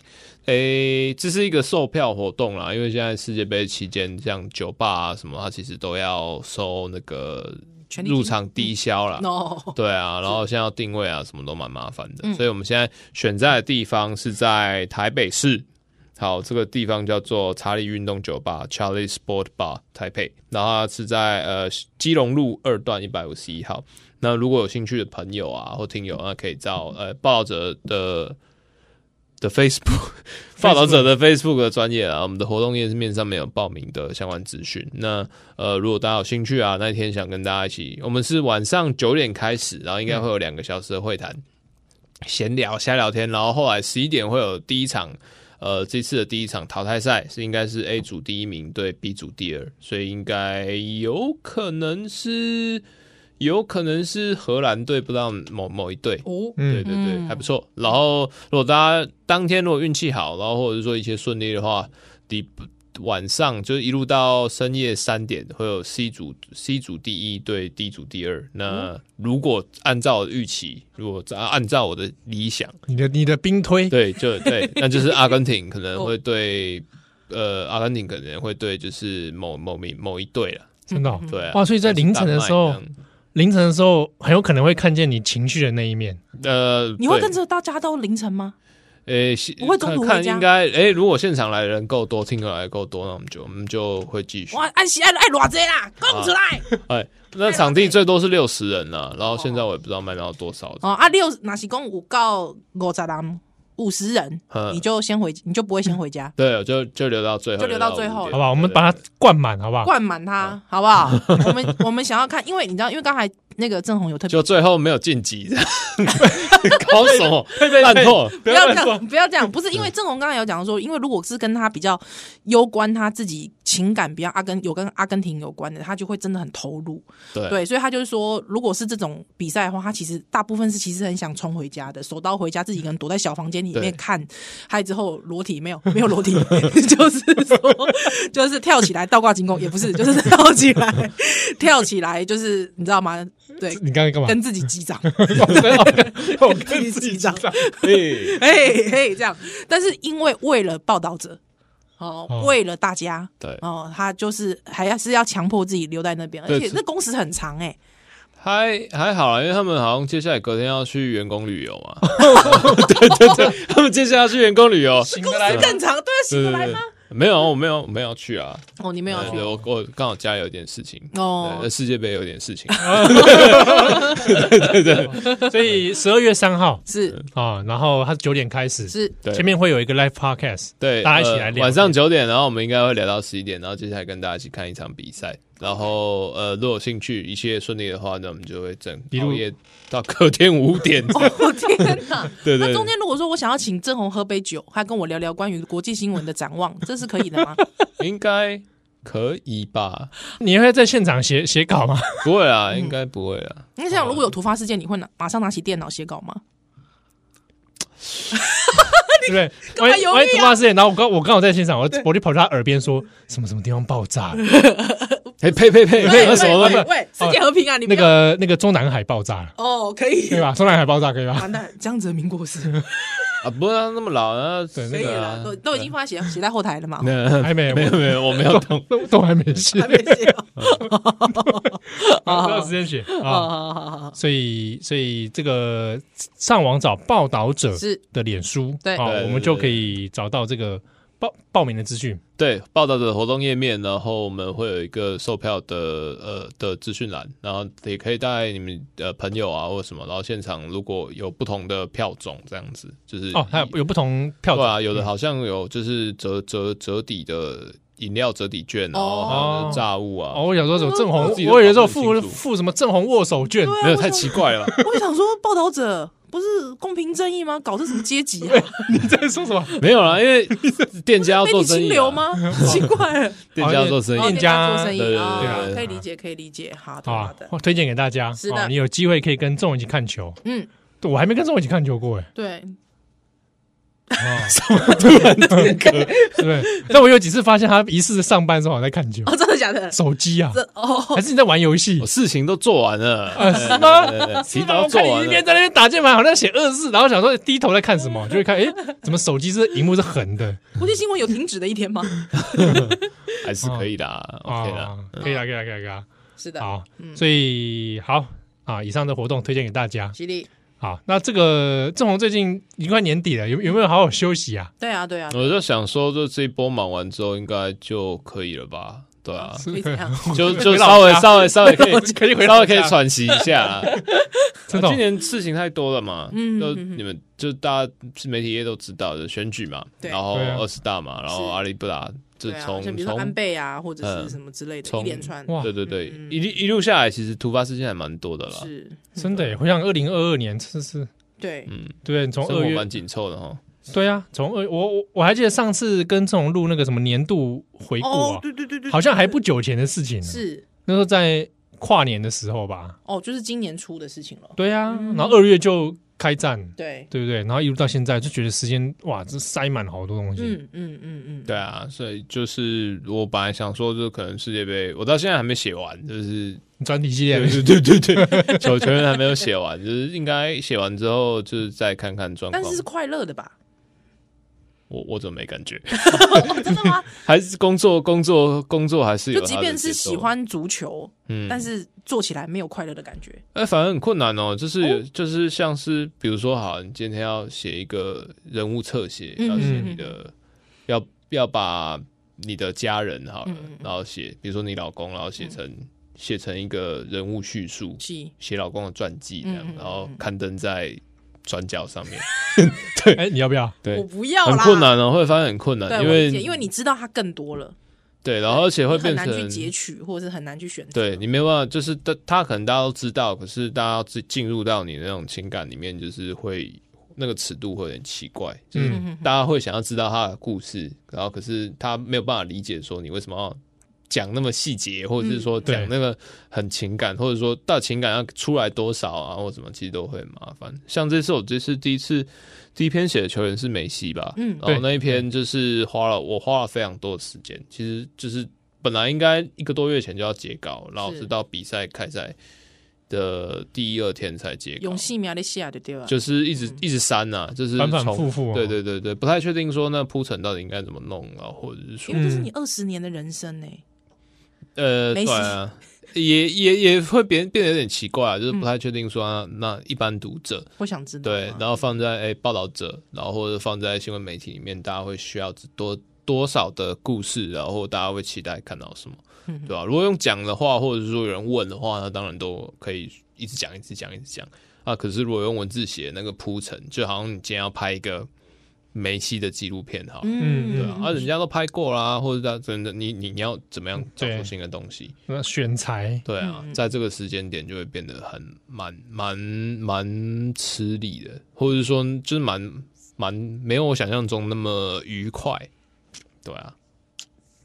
Speaker 4: 哎、这是一个售票活动啦，因为现在世界杯期间，像酒吧啊什么，它其实都要收那个
Speaker 3: 权利金嗯
Speaker 4: 入场低消啦。
Speaker 3: no，
Speaker 4: 对啊，然后现在要定位啊，什么都蛮麻烦的，所以我们现在选在的地方是在台北市。好，这个地方叫做查理运动酒吧 （Charlie Sport Bar） 台北，然后它是在呃基隆路二段一百五十一号。那如果有兴趣的朋友啊或听友啊，可以到呃报道者的的 Facebook 报道者的 Facebook 的专业啊，我们的活动页面上面有报名的相关资讯。那呃，如果大家有兴趣啊，那一天想跟大家一起，我们是晚上九点开始，然后应该会有两个小时的会谈，闲聊、瞎聊天，然后后来十一点会有第一场。呃，这次的第一场淘汰赛是应该是 A 组第一名对 B 组第二，所以应该有可能是有可能是荷兰队，不知道某某一队，
Speaker 3: 哦，
Speaker 2: 嗯
Speaker 4: 对对对，还不错。然后如果大家当天如果运气好，然后或者是说一切顺利的话，你晚上就一路到深夜三点会有 C 组 C 组第一对 D 组第二。
Speaker 2: 嗯
Speaker 4: 那如果按照预期，如果按照我的理想，
Speaker 2: 你的你的兵推，
Speaker 4: 对，就对，那就是阿根廷 可
Speaker 2: 哦
Speaker 4: 能会对、呃，阿根廷可能会对就是某某名某一队了，
Speaker 2: 真的哦
Speaker 4: 对、啊。
Speaker 2: 哇！所以在凌晨的时候
Speaker 4: 但是，丹
Speaker 2: 凌晨的时候很有可能会看见你情绪的那一面。
Speaker 4: 麦这样呃，
Speaker 3: 你会
Speaker 4: 对
Speaker 3: 跟着大家到凌晨吗？
Speaker 4: 诶、
Speaker 3: 不会中
Speaker 4: 看
Speaker 3: 途回
Speaker 4: 看
Speaker 3: 家
Speaker 4: 应该诶、如果现场来的人够多，听歌来的够多，那我们就我们就会继续
Speaker 3: 哇。，按喜爱爱偌济啦，讲出来。
Speaker 4: 哎、那场地最多是六十人了、然后现在我也不知道卖到多少。
Speaker 3: 哦啊，六哪是讲五到五十人，五十人
Speaker 4: 嗯，
Speaker 3: 你就先回，你就不会先回家，
Speaker 4: 对，就就留到最后，
Speaker 3: 就留到最后
Speaker 4: 5点
Speaker 2: 好不好？我们
Speaker 4: 对
Speaker 2: 把它灌满，好不好？
Speaker 3: 灌满它，好不好？我们我们想要看，因为你知道，因为刚才那个郑红有特别
Speaker 4: 就最后没有晋级， 搞什么烂透？
Speaker 2: 不
Speaker 3: 不要这
Speaker 2: 乱说
Speaker 3: 样，不要这样，不是因为郑红刚才有讲说，因为如果是跟他比较攸关他自己情感比较阿根有跟阿根廷有关的，他就会真的很投入，
Speaker 4: 对
Speaker 3: 对，所以他就是说，如果是这种比赛的话，他其实大部分是其实很想冲回家的，手刀回家，自己一个人躲在小房间里
Speaker 4: 对
Speaker 3: 面看，嗨 之后裸体没有没有裸体，就是说 就是跳起来倒挂金钩也不是，就是跳起来 跳起来，就是你知道吗？对，
Speaker 2: 你刚刚干 嘛？
Speaker 3: 跟自己击掌。
Speaker 2: 哎我
Speaker 3: 跟自己讲
Speaker 4: 哎
Speaker 3: 嘿嘿，这样。但是因为为了报道者，哦，
Speaker 2: 哦
Speaker 3: 为了大家，
Speaker 4: 对，
Speaker 3: 哦，他就是还要是要强迫自己留在那边，而
Speaker 4: 对
Speaker 3: 且
Speaker 4: 是
Speaker 3: 那工时很长哎、
Speaker 4: 还还好啦，因为他们好像接下来隔天要去员工旅游 嘛。对对对，他们接下来要去员工旅游，
Speaker 2: 醒
Speaker 3: 工
Speaker 2: 得来
Speaker 3: 时
Speaker 2: 吗？
Speaker 3: 更长，对啊，
Speaker 4: 对
Speaker 3: 醒得
Speaker 4: 对
Speaker 3: 来
Speaker 4: 对
Speaker 3: 吗？，
Speaker 4: 没有，我没有，我没有去啊。
Speaker 3: 哦，你没有去
Speaker 4: 对，我我刚好家里有点事情，
Speaker 3: 哦
Speaker 4: 对，呃世界杯有点事 情，
Speaker 2: 所以十二月三号
Speaker 3: 是
Speaker 2: 啊，然后它是九点开始，
Speaker 3: 是
Speaker 4: 对，
Speaker 2: 前面会有一个 live podcast，
Speaker 4: 对，
Speaker 2: 大家一起来
Speaker 4: 呃
Speaker 2: 聊。
Speaker 4: 晚上九点，然后我们应该会聊到十一点，然后接下来跟大家一起看一场比赛。然后呃，如果有兴趣，一切顺利的话，那我们就会整
Speaker 2: 一路
Speaker 3: 哦
Speaker 4: 熬夜到隔天五点。
Speaker 3: 我天哪！
Speaker 4: 对
Speaker 3: 哦那
Speaker 4: 对
Speaker 3: 中间如果说我想要请郑红喝杯酒，他跟我聊聊关于国际新闻的展 望，这是可以的吗？
Speaker 4: 对，应该可以吧？
Speaker 2: 你会在现场写写稿 吗？
Speaker 4: 不会啦，应该不会啊啦。
Speaker 3: 你想如果有突发事件，你会拿马上拿起电脑写稿 吗？
Speaker 2: 对不对？
Speaker 3: 干嘛
Speaker 2: 万一
Speaker 3: 犹豫啊
Speaker 2: 万一突发事件，然后我刚我刚好在现场，我我就跑到他耳边说什么什么地方爆炸，
Speaker 3: 嗯
Speaker 4: 哎，呸呸
Speaker 3: 对
Speaker 4: 呸呸，那什么
Speaker 3: 喂
Speaker 4: 东西？
Speaker 3: 喂，世界和平 啊！你不
Speaker 2: 那
Speaker 3: 要
Speaker 2: 个那个中南海爆炸 了，
Speaker 3: 哦，可 以
Speaker 2: 可以吧？中南海爆炸可以吧？
Speaker 3: 完蛋，江泽民过世，
Speaker 4: 啊，不要那么老啊，
Speaker 2: 对
Speaker 3: 可
Speaker 2: 那
Speaker 3: 以
Speaker 2: 个
Speaker 3: 了，
Speaker 4: 啊
Speaker 3: 都都已经放在写写在后台了嘛。
Speaker 4: 那
Speaker 2: 还没
Speaker 4: 没有
Speaker 2: 我
Speaker 4: 没有，我没有懂。
Speaker 2: 都都还没写，
Speaker 3: 还没写哦
Speaker 2: 没有时间写啊。
Speaker 3: 好好好好，
Speaker 2: 所以，所以这个上网找报道者
Speaker 3: 是
Speaker 2: 的脸书，
Speaker 3: 对
Speaker 2: 啊
Speaker 4: 对对
Speaker 2: 我们就可以找到这个报报名的资讯。
Speaker 4: 对，报道的活动页面，然后我们会有一个售票的呃的资讯栏，然后也可以带你们呃朋友啊或什么，然后现场如果有不同的票种这样子，就是
Speaker 2: 哦，它有有不同票
Speaker 4: 对
Speaker 2: 种嗯
Speaker 4: 啊，有的好像有就是折折折抵的饮料折抵券，然后还有就是炸物啊，
Speaker 2: 哦，我想说什么正红，
Speaker 4: 自己都
Speaker 2: 我以为说
Speaker 4: 搞不
Speaker 2: 付
Speaker 4: 清楚
Speaker 2: 付什么正红握手券，
Speaker 3: 啊
Speaker 4: 没有太奇怪了吧，
Speaker 3: 我想说，报道者不是公平正义吗？搞这什么阶级啊？
Speaker 2: 你在说什么？
Speaker 4: 没有啦，因为店家要
Speaker 3: 媒
Speaker 4: 做
Speaker 3: 体
Speaker 4: 生意
Speaker 3: 清
Speaker 4: 啊
Speaker 3: 流？吗？奇怪了，
Speaker 4: 店家要做生
Speaker 3: 哦
Speaker 4: 意
Speaker 2: 店，家
Speaker 3: 做生
Speaker 4: 对
Speaker 3: 意
Speaker 4: 对
Speaker 3: 啊
Speaker 2: 对，
Speaker 4: 对
Speaker 2: 对
Speaker 3: 可以理解，可以理解。好的，
Speaker 2: 好
Speaker 3: 好
Speaker 2: 啊
Speaker 3: 的，，
Speaker 2: 我推荐给大家。啊
Speaker 3: 是的
Speaker 2: 哦你有机会可以跟郑红一起看球。
Speaker 3: 嗯，
Speaker 2: 对我还没跟郑红一起看球过哎。
Speaker 3: 对，
Speaker 2: 什么突然停歌？对，但我有几次发现他疑似上班的时候好像在看 球，
Speaker 3: 哦，真的假的？
Speaker 2: 手机啊，
Speaker 3: 这哦，
Speaker 2: 还是你在玩游戏
Speaker 4: 我？事情都做完了，
Speaker 2: 啊，是吗？
Speaker 4: 对对 对
Speaker 2: 是
Speaker 4: 提
Speaker 2: 吗？
Speaker 4: 早
Speaker 2: 我
Speaker 4: 做
Speaker 2: 看你
Speaker 4: 完
Speaker 2: 一
Speaker 4: 了
Speaker 2: 边。在那边打键盘，好像写二字，然后想说哎低头在看什 么，就会看，哎，怎么手机是荧幕是横的？
Speaker 3: 国际新闻有停止的一天吗？
Speaker 4: 还是可以的啊，OK
Speaker 2: 啊
Speaker 4: 的。
Speaker 2: 可以啦，可以啦，可以啦可以啦。
Speaker 3: 是的，嗯
Speaker 2: 好，所以好啊，以上的活动推荐给大家。
Speaker 3: 吉利，
Speaker 2: 好，那这个郑红最近已经快年底了，有有没有好好休息啊？
Speaker 3: 对啊，对 啊，
Speaker 4: 我就想说，就这一波忙完之后，应该就可以了吧？对啊，
Speaker 3: 可以怎样？
Speaker 4: 就
Speaker 2: 回
Speaker 4: 就
Speaker 2: 老
Speaker 4: 稍微
Speaker 2: 家
Speaker 4: 稍微稍微 可以
Speaker 2: 可以回
Speaker 4: 稍
Speaker 2: 老
Speaker 4: 微可以
Speaker 2: 家
Speaker 4: 喘息一下啊。
Speaker 2: 真的哦
Speaker 4: 今年事情太多了嘛，
Speaker 3: 嗯
Speaker 4: 就
Speaker 3: 嗯嗯
Speaker 4: 你们就大家自媒体业都知道的选举嘛，
Speaker 3: 对
Speaker 4: 然后
Speaker 2: 对啊
Speaker 4: 二十大嘛，然后
Speaker 3: 是
Speaker 4: 阿里不达就
Speaker 3: 对啊，
Speaker 4: 从
Speaker 3: 像比如说安
Speaker 4: 从
Speaker 3: 倍啊，或者是
Speaker 4: 嗯
Speaker 3: 什么之类的，
Speaker 4: 从
Speaker 3: 一连串，
Speaker 2: 哇
Speaker 4: 对对对
Speaker 3: 嗯嗯
Speaker 4: 一路一路下来，其实突发事件还蛮多的啦，
Speaker 3: 是，
Speaker 2: 真的耶，回想二零二二年，这是
Speaker 3: 对，
Speaker 4: 嗯，
Speaker 2: 对，从
Speaker 4: 生
Speaker 2: 二
Speaker 4: 活
Speaker 2: 月
Speaker 4: 蛮紧凑的
Speaker 3: 嗯
Speaker 4: 哈。
Speaker 2: 对啊，从二我我我还记得上次跟郑红录那个什么年度回顾
Speaker 3: 哦
Speaker 2: 啊，，
Speaker 3: 对对对对，
Speaker 2: 好像还不久前的事情呢，
Speaker 3: 是，
Speaker 2: 那时候在跨年的时候吧。
Speaker 3: 哦，就是今年出的事情了，
Speaker 2: 对啊，
Speaker 3: 嗯
Speaker 2: 然后二月就开战，
Speaker 3: 对，
Speaker 2: 对不对？然后一路到现在，就觉得时间哇，这塞满好多东西。
Speaker 3: 嗯嗯嗯嗯，
Speaker 4: 对啊，所以就是我本来想说，就可能世界杯，我到现在还没写完，就是
Speaker 3: 嗯
Speaker 2: 专题系列
Speaker 4: 对对对对对， 球球员还没有写完，就是应该写完之后，就是再看看状
Speaker 3: 但
Speaker 4: 况
Speaker 3: 是。是快乐的吧？
Speaker 4: 我我怎么没感觉？
Speaker 3: 哦， 真的吗？
Speaker 4: 还是工作工作工作还是有
Speaker 3: 就
Speaker 4: 它
Speaker 3: 即
Speaker 4: 的节奏，
Speaker 3: 便是喜欢足球，
Speaker 4: 嗯，
Speaker 3: 但是做起来没有快乐的感觉。
Speaker 4: 哎，反而很困难哦，就是、就是像是比如说，好，你今天要写一个人物侧写，
Speaker 3: 嗯
Speaker 4: 要写
Speaker 2: 嗯
Speaker 4: 你的，要要把你的家人好了，
Speaker 3: 嗯嗯嗯
Speaker 4: 然后写，比如说你老公，然后写成、写成一个人物叙述，
Speaker 3: 是，
Speaker 4: 写老公的传记这样，
Speaker 3: 嗯嗯嗯
Speaker 4: 然后刊登在转角上 面，
Speaker 2: 哎，你要不要？
Speaker 4: 对
Speaker 3: 我。不要
Speaker 4: 很
Speaker 3: 啦，
Speaker 4: 困难哦，会发现很困难，
Speaker 3: 对，
Speaker 4: 因
Speaker 3: 我理
Speaker 4: 为
Speaker 3: 解，因为你知道它更多了，
Speaker 4: 对，然后而且会
Speaker 3: 你很
Speaker 4: 变
Speaker 3: 难去
Speaker 4: 成
Speaker 3: 截取，或者是很难去选择。
Speaker 4: 对你没有办法，就是他他可能大家都知道，可是大家要进进入到你那种情感里面，就是会那个尺度会有点奇怪，就是
Speaker 2: 嗯
Speaker 4: 大家会想要知道他的故事，然后可是他没有办法理解说你为什么要讲那么细节，或者是
Speaker 3: 嗯
Speaker 4: 说
Speaker 2: 对
Speaker 4: 讲那个很情感，或者说到情感要出来多少啊，或什么，其实都会很麻烦。像这次我这次第一次第一篇写的球员是梅西吧，
Speaker 3: 嗯
Speaker 4: 然后
Speaker 2: 对
Speaker 4: 那一篇就是花了我花了非常多的时间，其实就是本来应该一个多月前就要截稿，然后
Speaker 3: 是
Speaker 4: 是到比赛开赛的第一二天才截稿
Speaker 3: 勇，气嗯苗的西亚的对吧？
Speaker 4: 就是一直一直删呐、就是
Speaker 2: 反反
Speaker 4: 从
Speaker 2: 复复哦
Speaker 4: 对对对对，不太确定说那铺陈到底应该怎么弄啊，或者是说
Speaker 3: 因为这是
Speaker 2: 嗯
Speaker 3: 你二十年的人生呢、
Speaker 4: 呃，
Speaker 3: 梅
Speaker 4: 对
Speaker 3: 西
Speaker 4: 啊，也也也会变变得有点奇怪啊，就是
Speaker 3: 嗯
Speaker 4: 不太确定说啊那一般读者
Speaker 3: 我想知道啊。
Speaker 4: 对，然后放在诶报道者，然后或者放在新闻媒体里面，大家会需要多多少的故事，然后大家会期待看到什么，对吧、如果用讲的话，或者是说有人问的话，那当然都可以一直讲，一直讲，一直讲啊。可是如果用文字写那个铺陈，就好像你今天要拍一个梅西的纪录片哈，
Speaker 2: 嗯
Speaker 4: 对啊，啊，人家都拍过啦，或者他真的你你你要怎么样找
Speaker 2: 对
Speaker 4: 出新的东西？
Speaker 2: 那选材
Speaker 4: 对啊，在这个时间点就会变得很蛮蛮蛮吃力的，或者是说就是蛮蛮没有我想象中那么愉快。对啊，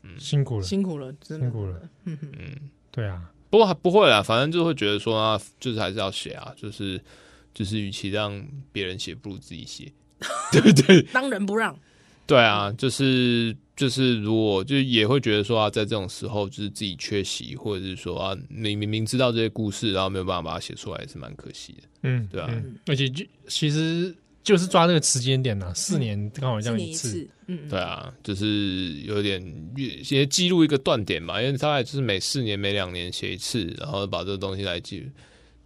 Speaker 4: 嗯
Speaker 2: 辛苦了，
Speaker 3: 辛苦了，嗯真
Speaker 2: 辛
Speaker 3: 的。
Speaker 2: 苦了。对啊，
Speaker 4: 不过还不会啦，反正就会觉得说啊，就是还是要写啊，就是就是，与其让别人写，不如自己写。
Speaker 3: 当仁不让，
Speaker 4: 对啊，就是就是，如果就也会觉得说啊，在这种时候就是自己缺席，或者是说啊，你明明知道这些故事，然后没有办法把它写出来，也是蛮可惜的。
Speaker 2: 嗯，
Speaker 4: 对啊
Speaker 2: 嗯而且就其实就是抓那个时间点呐，四年刚好这
Speaker 3: 一
Speaker 2: 样
Speaker 3: 年一
Speaker 2: 次，
Speaker 3: 次，嗯，
Speaker 4: 对啊，就是有点也记录一个断点嘛，因为大概就是每四年、每两年写一次，然后把这个东西来记录。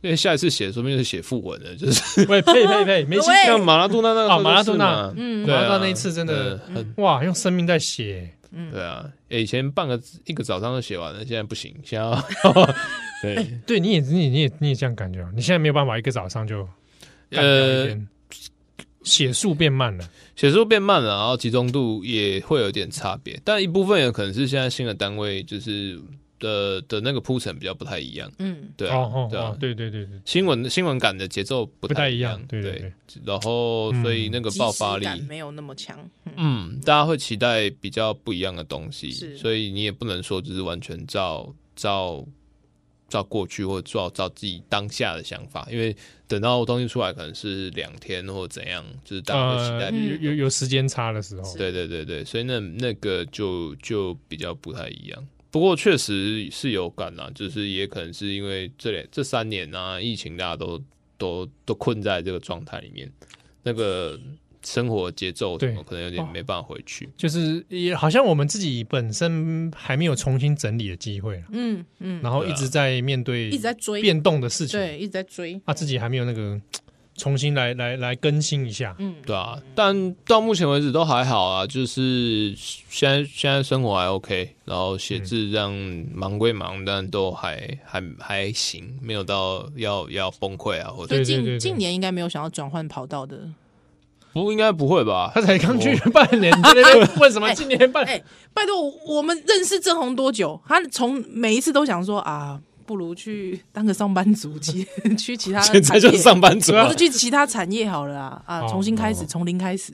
Speaker 4: 因为下一次写，说不定就是写副文了，就 是
Speaker 2: 喂呸呸呸， 梅西
Speaker 3: 哎喂
Speaker 4: 像马拉多纳那个时候
Speaker 2: 哦马拉
Speaker 4: 就
Speaker 2: 多
Speaker 4: 是
Speaker 2: 纳
Speaker 4: 嘛
Speaker 3: 嗯
Speaker 4: 对啊
Speaker 2: 马拉多纳那一次真的嗯
Speaker 4: 嗯很
Speaker 2: 哇，用生命在写，
Speaker 4: 对啊，以前半个一个早上就写完了，现在不行，现 在要对
Speaker 2: 对，你也你也你也你也这样感觉哦，你现在没有办法一个早上就干掉一
Speaker 4: 呃
Speaker 2: 天，写速变慢了，
Speaker 4: 写速变慢了，然后集中度也会有点差别，但一部分也可能是现在新的单位就是的的那个铺陈比较不太一样，
Speaker 3: 嗯，
Speaker 4: 对啊，
Speaker 2: 哦哦
Speaker 4: 对啊
Speaker 2: 哦，，对对对对，
Speaker 4: 新闻新闻感的节奏不
Speaker 2: 不太一
Speaker 4: 一
Speaker 2: 样对
Speaker 4: 对
Speaker 2: 对
Speaker 4: 然后所以那
Speaker 3: 嗯
Speaker 4: 个
Speaker 3: 即
Speaker 4: 爆
Speaker 3: 时
Speaker 4: 发力，
Speaker 3: 感没有那么强，嗯
Speaker 4: 嗯，大家会期待比较不一样的东西，
Speaker 3: 是
Speaker 4: 所以你也不能说就是完全照照照过去或者照照自己当下的想法，因为等到东西出来可能是两天或怎样，就是大家会期待
Speaker 2: 呃，
Speaker 4: 比
Speaker 2: 有
Speaker 4: 较
Speaker 2: 有有时间差的时候，
Speaker 4: 对对对对，所以那那个就就比较不太一样。不过确实是有感啦，就是也可能是因为这两这三年啊，疫情大家都都都困在这个状态里面，那个生活节奏
Speaker 2: 对哦
Speaker 4: 可能有点没办法回去。
Speaker 2: 就是也好像我们自己本身还没有重新整理的机会啦
Speaker 3: 嗯嗯，
Speaker 2: 然后
Speaker 4: 啊
Speaker 2: 一直在面对
Speaker 3: 一直在追，
Speaker 2: 变动的事情，
Speaker 3: 对，一直在追，
Speaker 2: 啊，自己还没有那个重新来来来更新一下，
Speaker 3: 嗯，
Speaker 4: 对啊，但到目前为止都还好啊，就是现在现在生活还 OK，然后写
Speaker 2: 嗯
Speaker 4: 字这样忙归忙，但都还还还行，没有到要要崩溃啊，或者
Speaker 3: 所
Speaker 2: 对对
Speaker 3: 以
Speaker 2: 对
Speaker 3: 近
Speaker 2: 对
Speaker 3: 近年应该没有想要转换跑道的。
Speaker 4: 不应该不会吧？
Speaker 2: 他才刚去半年，你在 那边问什么今年半？
Speaker 3: 哎、拜托，我们认识郑红多久？他从每一次都想说啊，不如去当个上班族，其去其他的
Speaker 4: 现在就是
Speaker 3: 产业
Speaker 4: 上班族
Speaker 3: 不
Speaker 4: 啊
Speaker 3: 是，去其他产业好了啊，啊，
Speaker 2: 哦
Speaker 3: 重新开
Speaker 2: 哦
Speaker 3: 始，从零开始，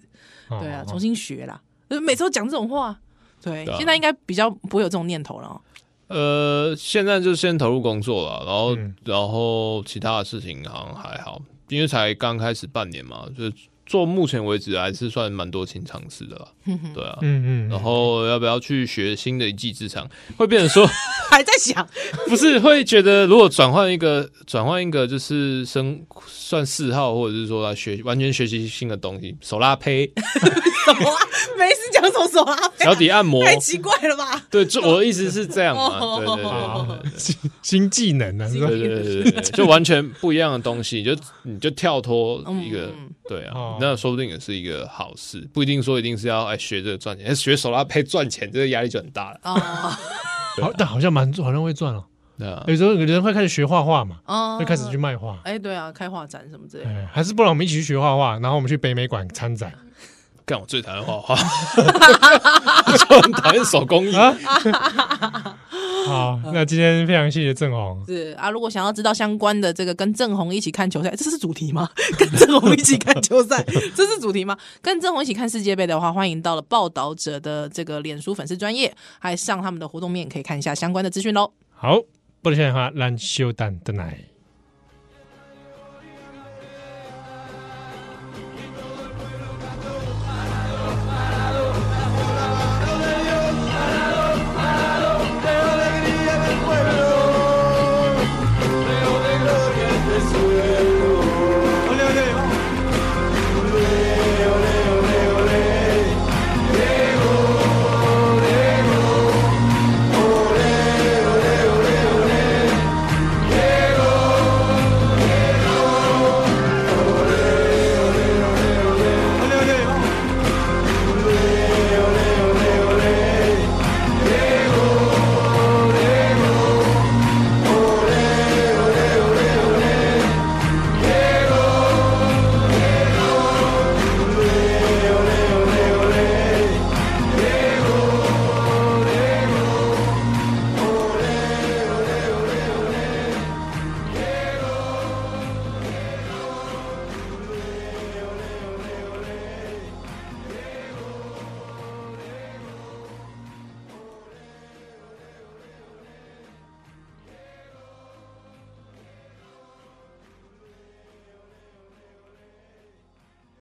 Speaker 2: 哦
Speaker 3: 对啊，
Speaker 2: 哦
Speaker 3: 重新学啦。呃每次都讲这种话，对
Speaker 4: 对，啊
Speaker 3: 现在应该比较不会有这种念头了哦。
Speaker 4: 呃，现在就先投入工作了，然后、
Speaker 2: 嗯
Speaker 4: 然后其他的事情好像还好，因为才刚开始半年嘛，就是做目前为止还是算蛮多新尝试的啦。对啊，
Speaker 2: 嗯嗯，
Speaker 4: 然后要不要去学新的一技之长，会变成 说
Speaker 3: 还在想，
Speaker 4: 不是会觉得如果转换一个转换一个就是生算嗜好，或者是说来学完全学习新的东西，手拉胚、
Speaker 3: 什么啊？没事讲什么什么啊？
Speaker 4: 脚底按摩，
Speaker 3: 太哦奇怪了吧？
Speaker 4: 对，这我的意思是这样嘛，对对对对
Speaker 2: 啊
Speaker 4: 对。
Speaker 2: 新新技能啊呢？ 是吧
Speaker 4: 对对对对对，就完全不一样的东西，你就你就跳脱一个
Speaker 3: 嗯，嗯
Speaker 4: 对啊
Speaker 2: 哦，
Speaker 4: 那说不定也是一个好事，不一定说一定是要哎学这个赚钱，哎学手拉胚赚钱，这个压力就很大了。
Speaker 3: 哦
Speaker 2: 好，但好像蛮好像会赚哦。
Speaker 4: 对啊，
Speaker 2: 有时候有人会开始学画画嘛，
Speaker 3: 嗯哦
Speaker 2: 会开始去卖画。
Speaker 3: 哎，对啊，开画展什么之类的。
Speaker 2: 哎，还是不然我们一起去学画画，然后我们去北美馆参展
Speaker 4: 干我最讨厌画 画，我就很讨厌手工艺。
Speaker 2: 啊。
Speaker 3: 嗯
Speaker 2: 好，那今天非常谢谢郑红，
Speaker 3: 是啊，如果想要知道相关的这个跟郑红一起看球赛，这 是主题吗？跟郑红一起看球赛，这是主题吗？跟郑红一起看世界杯的话，欢迎到了报道者的这个脸书粉丝专业，还上他们的活动面可以看一下相关的资讯喽。
Speaker 2: 好，不然的话，让休蛋的奶。